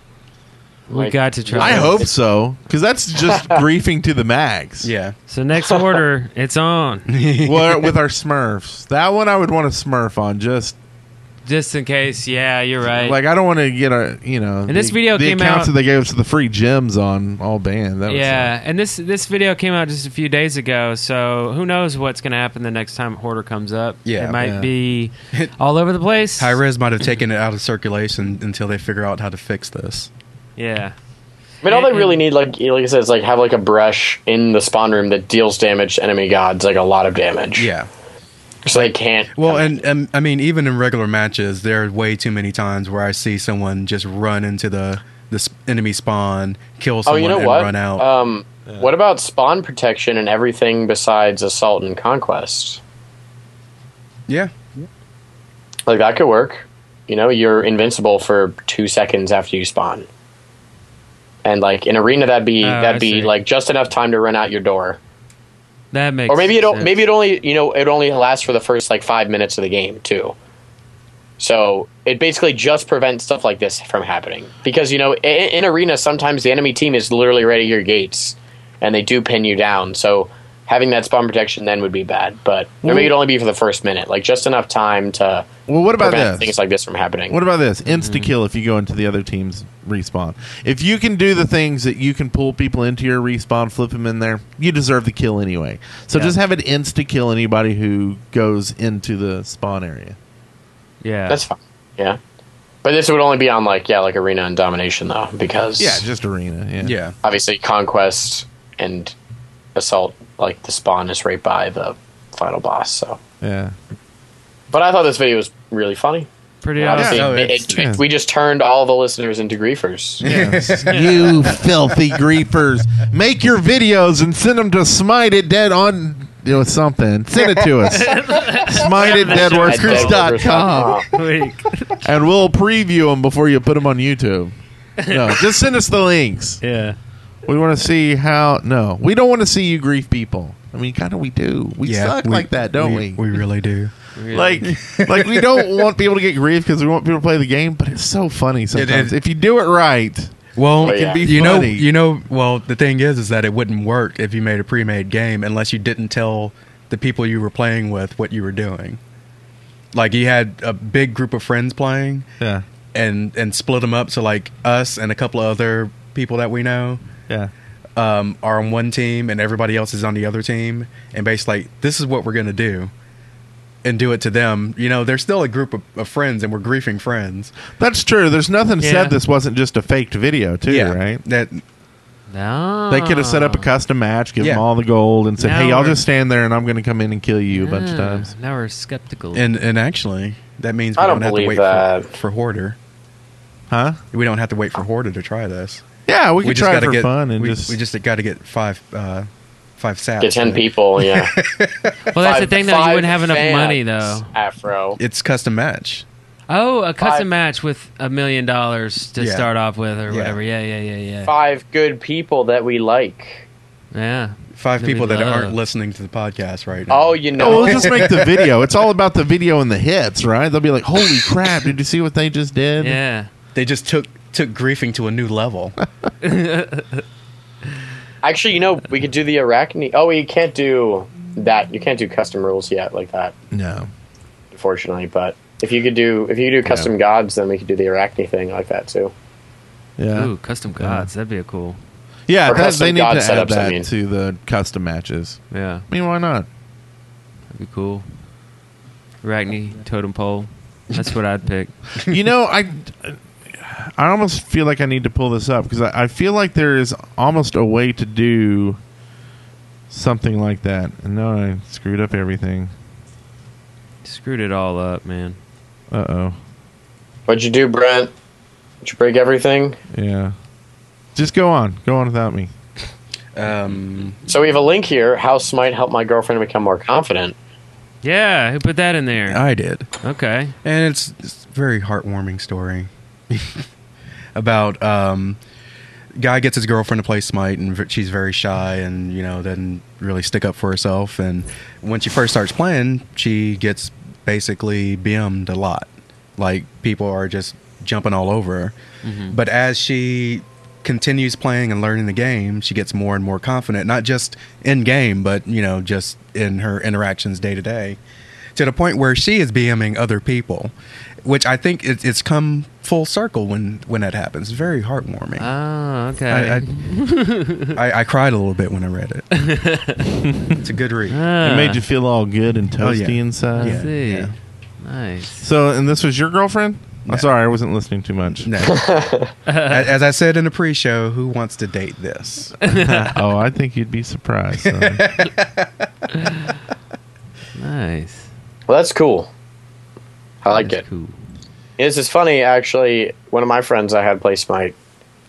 S4: We
S1: Like-
S4: got to try.
S2: I
S4: it.
S2: hope so, because that's just griefing to the max.
S3: Yeah,
S4: So next order, it's on.
S2: well, with our Smurfs, that one I would want to Smurf on. Just
S4: Just in case. Yeah, you're right.
S2: like I don't want to get a you know.
S4: And this
S2: the-
S4: video
S2: the
S4: came
S2: accounts
S4: out-
S2: that they gave us to the free gems on all banned. That
S4: yeah, and this this video came out just a few days ago, so who knows what's going to happen the next time Hoarder comes up?
S3: Yeah.
S4: it might
S2: Yeah.
S4: be all over the place.
S3: high res might have taken it out of circulation until they figure out how to fix this.
S4: yeah,
S1: I mean, all they
S4: And-
S1: really need, like like I said, is like have like a brush in the spawn room that deals damage to enemy gods, like a lot of damage.
S3: Yeah.
S1: so they can't.
S3: Well, and, and I mean, even in regular matches, there are way too many times where I see someone just run into the the s- enemy spawn, kill
S1: oh,
S3: someone,
S1: you know
S3: and
S1: what?
S3: run out.
S1: Um, what about spawn protection and everything besides assault and conquest?
S3: yeah,
S1: Like that could work. You know, you're invincible for two seconds after you spawn, and like in arena, that'd be
S4: Oh, I
S1: that'd be
S4: see.
S1: like just enough time to run out your door.
S4: that makes.
S1: or maybe it
S4: sense.
S1: o- maybe it only you know it only lasts for the first like five minutes of the game too. So it basically just prevents stuff like this from happening because you know in, in arena sometimes the enemy team is literally right at your gates and they do pin you down. So having that spawn protection then would be bad, but or maybe it'd only be for the first minute, like just enough time to
S2: Well, what about
S1: prevent
S2: this?
S1: things like this from happening.
S2: What about this?
S4: Mm-hmm.
S2: Insta kill if you go into the other team's respawn. If you can do the things that you can pull people into your respawn, flip them in there, you deserve the kill anyway. So
S4: Yeah.
S2: just have it insta kill anybody who goes into the spawn area.
S4: yeah.
S1: That's fine, yeah. But this would only be on like yeah like arena and domination though because
S2: Yeah, just arena. Yeah.
S3: yeah.
S1: obviously conquest and assault like the spawn is right by the final boss so
S2: Yeah.
S1: but i thought this video was really funny
S4: pretty
S1: obviously
S4: awesome.
S3: no,
S1: it-
S3: it's-
S1: it-
S2: yeah.
S1: we just turned all the listeners into griefers
S2: Yes. you filthy griefers. Make your videos and send them to Smite It Dead on you know, something. Send it to us. Smite It Dead
S1: At
S2: Workers.com.
S1: deadworkers.com.
S2: And we'll preview them before you put them on YouTube. No, just send us the links.
S4: yeah.
S2: We want to see how. No, we don't want to see you grief people. I mean, kind of we do. We
S3: yeah,
S2: suck
S3: we-
S2: like that, don't we?
S3: We really do.
S2: like, like we don't want people to get grief because we want people to play the game. But it's so funny sometimes if you do it right.
S3: Well,
S1: It can
S2: be
S3: you know,
S2: funny.
S3: you know. Well, the thing is, is that it wouldn't work if you made a pre-made game unless you didn't tell the people you were playing with what you were doing. Like you had a big group of friends playing,
S2: Yeah,
S3: and and split them up so like us and a couple of other people that we know
S2: yeah.
S3: um, are on one team and everybody else is on the other team and basically like this is what we're gonna do and do it to them you know they're still a group of, of friends and we're griefing friends
S2: That's true. There's nothing
S4: Yeah.
S2: said this wasn't just a faked video, too, right?
S3: that
S4: No.
S2: They could have set up a custom match, give
S3: Yeah.
S2: them all the gold, and said,
S4: Now
S2: "Hey, y'all
S4: we're-
S2: just stand there, and I'm going to come in and kill you a bunch of times."
S4: Now we're skeptical.
S3: and and actually that means we
S1: I don't
S3: have to
S1: believe
S3: wait
S1: that.
S3: For, for hoarder
S2: Huh?
S3: we don't have to wait for hoarder to try this
S2: Yeah, we could try it
S3: gotta
S2: for
S3: get
S2: fun and
S3: we,
S2: just,
S3: we just got to get five uh, five saps.
S1: Get ten
S3: right?
S1: people. Yeah.
S4: Well, that's the
S1: Five-
S4: thing though. You
S1: five
S4: wouldn't have enough money though.
S1: fans, Afro.
S3: It's custom match.
S4: Oh, a custom
S1: Five-
S4: match with a million dollars to
S3: Yeah.
S4: start off with, or
S3: Yeah.
S4: whatever. Yeah, yeah, yeah, yeah.
S1: Five good people that we like.
S4: Yeah.
S3: Five
S4: That we
S3: people that
S4: love.
S3: aren't listening to the podcast right now.
S1: Oh, you
S2: Oh,
S1: know.
S2: let's just make the video. It's all about the video and the hits, right? They'll be like, "Holy crap! Did you see what they just did?"
S4: Yeah.
S3: they just took took griefing to a new level.
S1: Actually, you know, we could do the Arachne. Oh, you can't do that. You can't do custom rules yet like that,
S2: No.
S1: unfortunately. But if you could do if you could do custom gods, then we could do the Arachne thing like that too.
S2: Yeah.
S4: Ooh, custom gods. That'd be a cool.
S2: Yeah.
S1: Or
S2: That,
S1: custom
S2: they need
S1: god
S2: to add
S1: setups, I
S2: that
S1: mean.
S2: to the custom matches.
S4: Yeah,
S2: I mean, why not?
S4: that'd be cool. Arachne totem pole. That's what I'd pick.
S2: you know, I, I almost feel like I need to pull this up because I, I feel like there is almost a way to do something like that. And no, I screwed up everything.
S4: Screwed it all up, man.
S2: Uh oh.
S1: What'd you do, Brent? Did you break everything?
S2: Yeah. Just go on. Go on without me.
S3: Um,
S1: So we have a link here. House might help my girlfriend become more confident.
S4: Yeah, who put that in there?
S3: I did,
S4: Okay.
S3: and it's, it's a very heartwarming story about um, guy gets his girlfriend to play Smite, and v- she's very shy, and you know doesn't really stick up for herself. And when she first starts playing, she gets basically bimmed a lot. Like people are just jumping all over her. But as she continues playing and learning the game, she gets more and more confident, not just in game, but you know, just in her interactions day to day, to the point where she is BMing other people, which I think it, it's come full circle when when that happens. Very heartwarming.
S4: Oh, okay.
S3: I, I, I, I cried a little bit when I read it. it's a good read.
S4: Ah,
S2: It made you feel all good and toasty
S3: Uh. Oh, yeah.
S2: inside.
S4: I see.
S3: yeah.
S4: Nice.
S2: So, and this was your girlfriend?
S3: No.
S2: I'm sorry, I wasn't listening too much.
S3: No. as, as I said in the pre-show, who wants to date this?
S2: oh, I think you'd be surprised. son.
S4: Nice.
S1: Well, that's cool. I like
S4: That's
S1: it.
S4: Cool.
S1: This is funny, actually. One of my friends I had play Smite.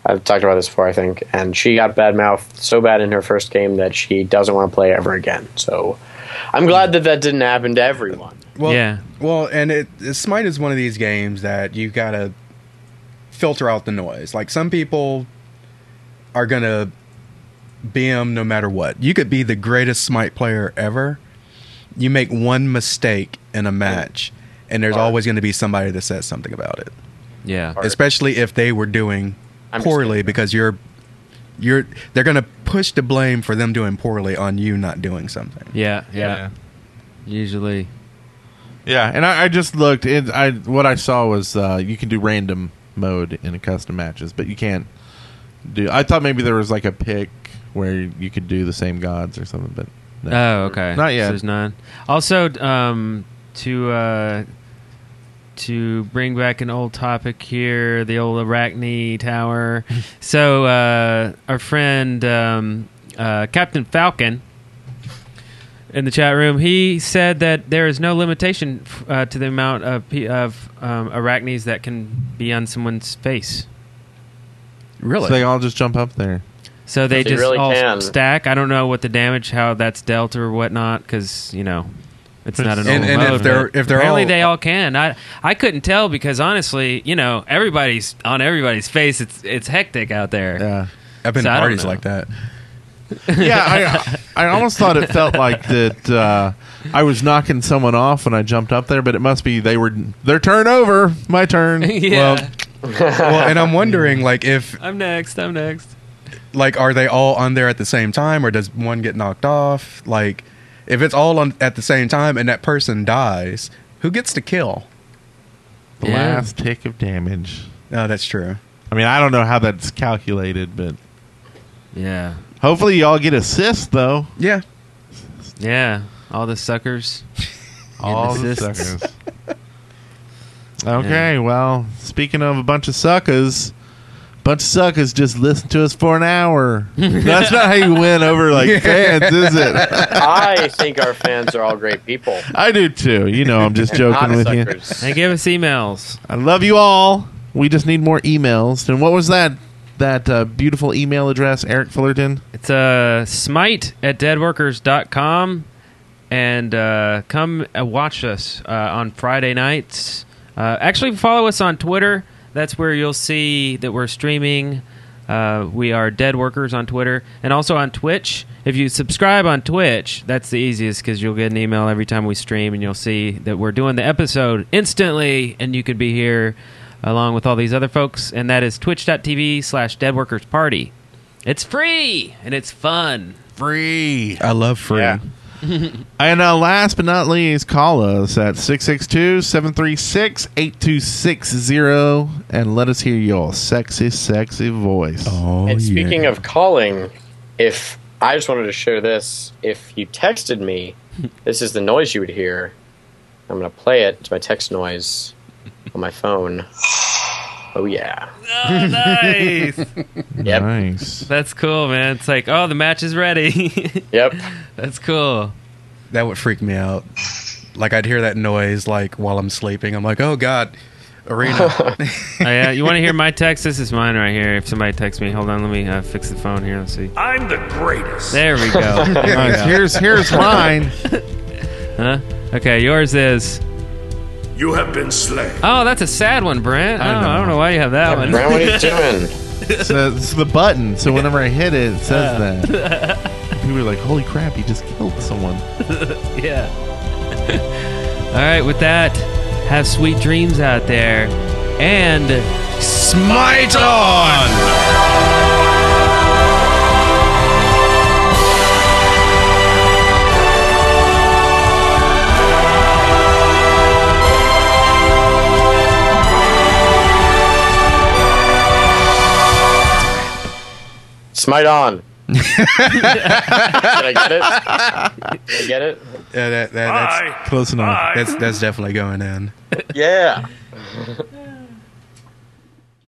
S1: I've talked about this before, I think, and she got bad mouthed so bad in her first game that she doesn't want to play ever again. So, I'm glad that that didn't happen to everyone.
S3: Well,
S4: Yeah.
S3: Well, and it, Smite is one of these games that you gotta filter out the noise. Like some people are gonna BM no matter what. You could be the greatest Smite player ever. You make one mistake in a match, and there's
S1: Hard.
S3: always going to be somebody that says something about it.
S4: Yeah.
S1: Or-
S3: especially if they were doing
S1: I'm just
S3: poorly
S1: kidding.
S3: because you're you're they're going to push the blame for them doing poorly on you not doing something.
S4: Yeah. Yeah. Usually.
S2: Yeah, and I, I just looked. It, I what I saw was uh, you can do random mode in a custom matches, but you can't do. I thought maybe there was like a pick where you could do the same gods or something, but no.
S4: Oh, okay.
S2: Not yet.
S4: So there's none. Also, um, to uh, to bring back an old topic here, the old Arachne Tower. so uh, our friend um, uh, Captain Falcon in the chat room, he said that there is no limitation f- uh, to the amount of pe- of um, arachnes that can be on someone's face.
S3: Really?
S2: so they all just jump up there.
S4: So they
S1: They
S4: just
S1: really
S4: all
S1: can.
S4: stack. I don't know what the damage, how that's dealt or whatnot, because you know it's not an
S3: And-
S4: old
S3: and if
S4: mode.
S3: they're-
S4: but
S3: if they're
S4: apparently
S3: all-
S4: they all can. I I couldn't tell because honestly, you know, everybody's on everybody's face. It's it's hectic out there.
S2: Yeah,
S3: I've been
S4: So
S3: to
S4: I don't
S3: parties
S4: know.
S3: like that.
S2: yeah. I I almost thought it felt like that. Uh, I was knocking someone off when I jumped up there, but it must be they were their turn over. My turn.
S4: Yeah.
S2: Well,
S3: well, and I'm wondering like if
S4: I'm next. I'm next.
S3: like are they all on there at the same time or does one get knocked off? Like if it's all on at the same time and that person dies, who gets to kill?
S2: the
S4: Yeah.
S2: last tick of damage.
S3: No, that's true.
S2: I mean, I don't know how that's calculated, but
S4: Yeah.
S2: hopefully y'all get assists though.
S3: Yeah.
S4: Yeah. All the suckers.
S2: All the
S4: assists.
S2: suckers. okay, well, speaking of a bunch of suckers, bunch of suckers just listen to us for an hour. That's not how you win over like fans, is it?
S1: I think our fans are all great people.
S2: I do too. You know, I'm just
S1: Not
S2: joking with you.
S1: suckers.
S4: They give us emails.
S2: I love you all. We just need more emails. And what was that? that uh, beautiful email address, Eric Fullerton?
S4: It's uh, smite at deadworkers.com. And uh, come uh, watch us uh, on Friday nights. Uh, actually, follow us on Twitter. That's where you'll see that we're streaming. Uh, we are Dead Workers on Twitter and also on Twitch. If you subscribe on Twitch, that's the easiest because you'll get an email every time we stream and you'll see that we're doing the episode instantly and you could be here along with all these other folks. And that is twitch.tv slash Dead Workers Party. It's free and it's fun.
S2: Free.
S3: I love free.
S1: Yeah.
S2: And uh, last but not least, call us at 662 736 8260 and let us hear your sexy, sexy voice.
S3: Oh,
S1: and speaking
S3: yeah.
S1: of calling, if I just wanted to share this, if you texted me, this is the noise you would hear. I'm going to play it. It's my text noise on my phone. Oh, yeah.
S4: nice.
S1: Yep.
S2: Nice.
S4: That's cool, man. It's like, oh, the match is ready.
S1: Yep.
S4: That's cool.
S3: that would freak me out. Like I'd hear that noise like while I'm sleeping. I'm like, oh god, arena.
S4: Oh, yeah, you want to hear my text? This is mine right here. If somebody texts me, hold on, let me uh, fix the phone here. Let's see.
S5: I'm the greatest.
S4: There we go.
S2: Nice. Here's here's mine.
S4: huh? Okay, yours is.
S5: You have been slain.
S4: Oh, that's a sad one, Brent. I
S2: I
S4: don't, I
S2: know.
S4: don't know why you have that one.
S1: Brown, what are you doing?
S2: So it's the button. So whenever I hit it, it says that. People are like, "Holy crap! He just killed someone."
S4: yeah. All right, with that, have sweet dreams out there, and.
S3: Smite on.
S1: Smite on. Did I get it? Did I get it?
S3: Yeah, that, that, that's
S5: I
S2: Close enough.
S5: Bye.
S3: that's that's definitely going in.
S1: Yeah.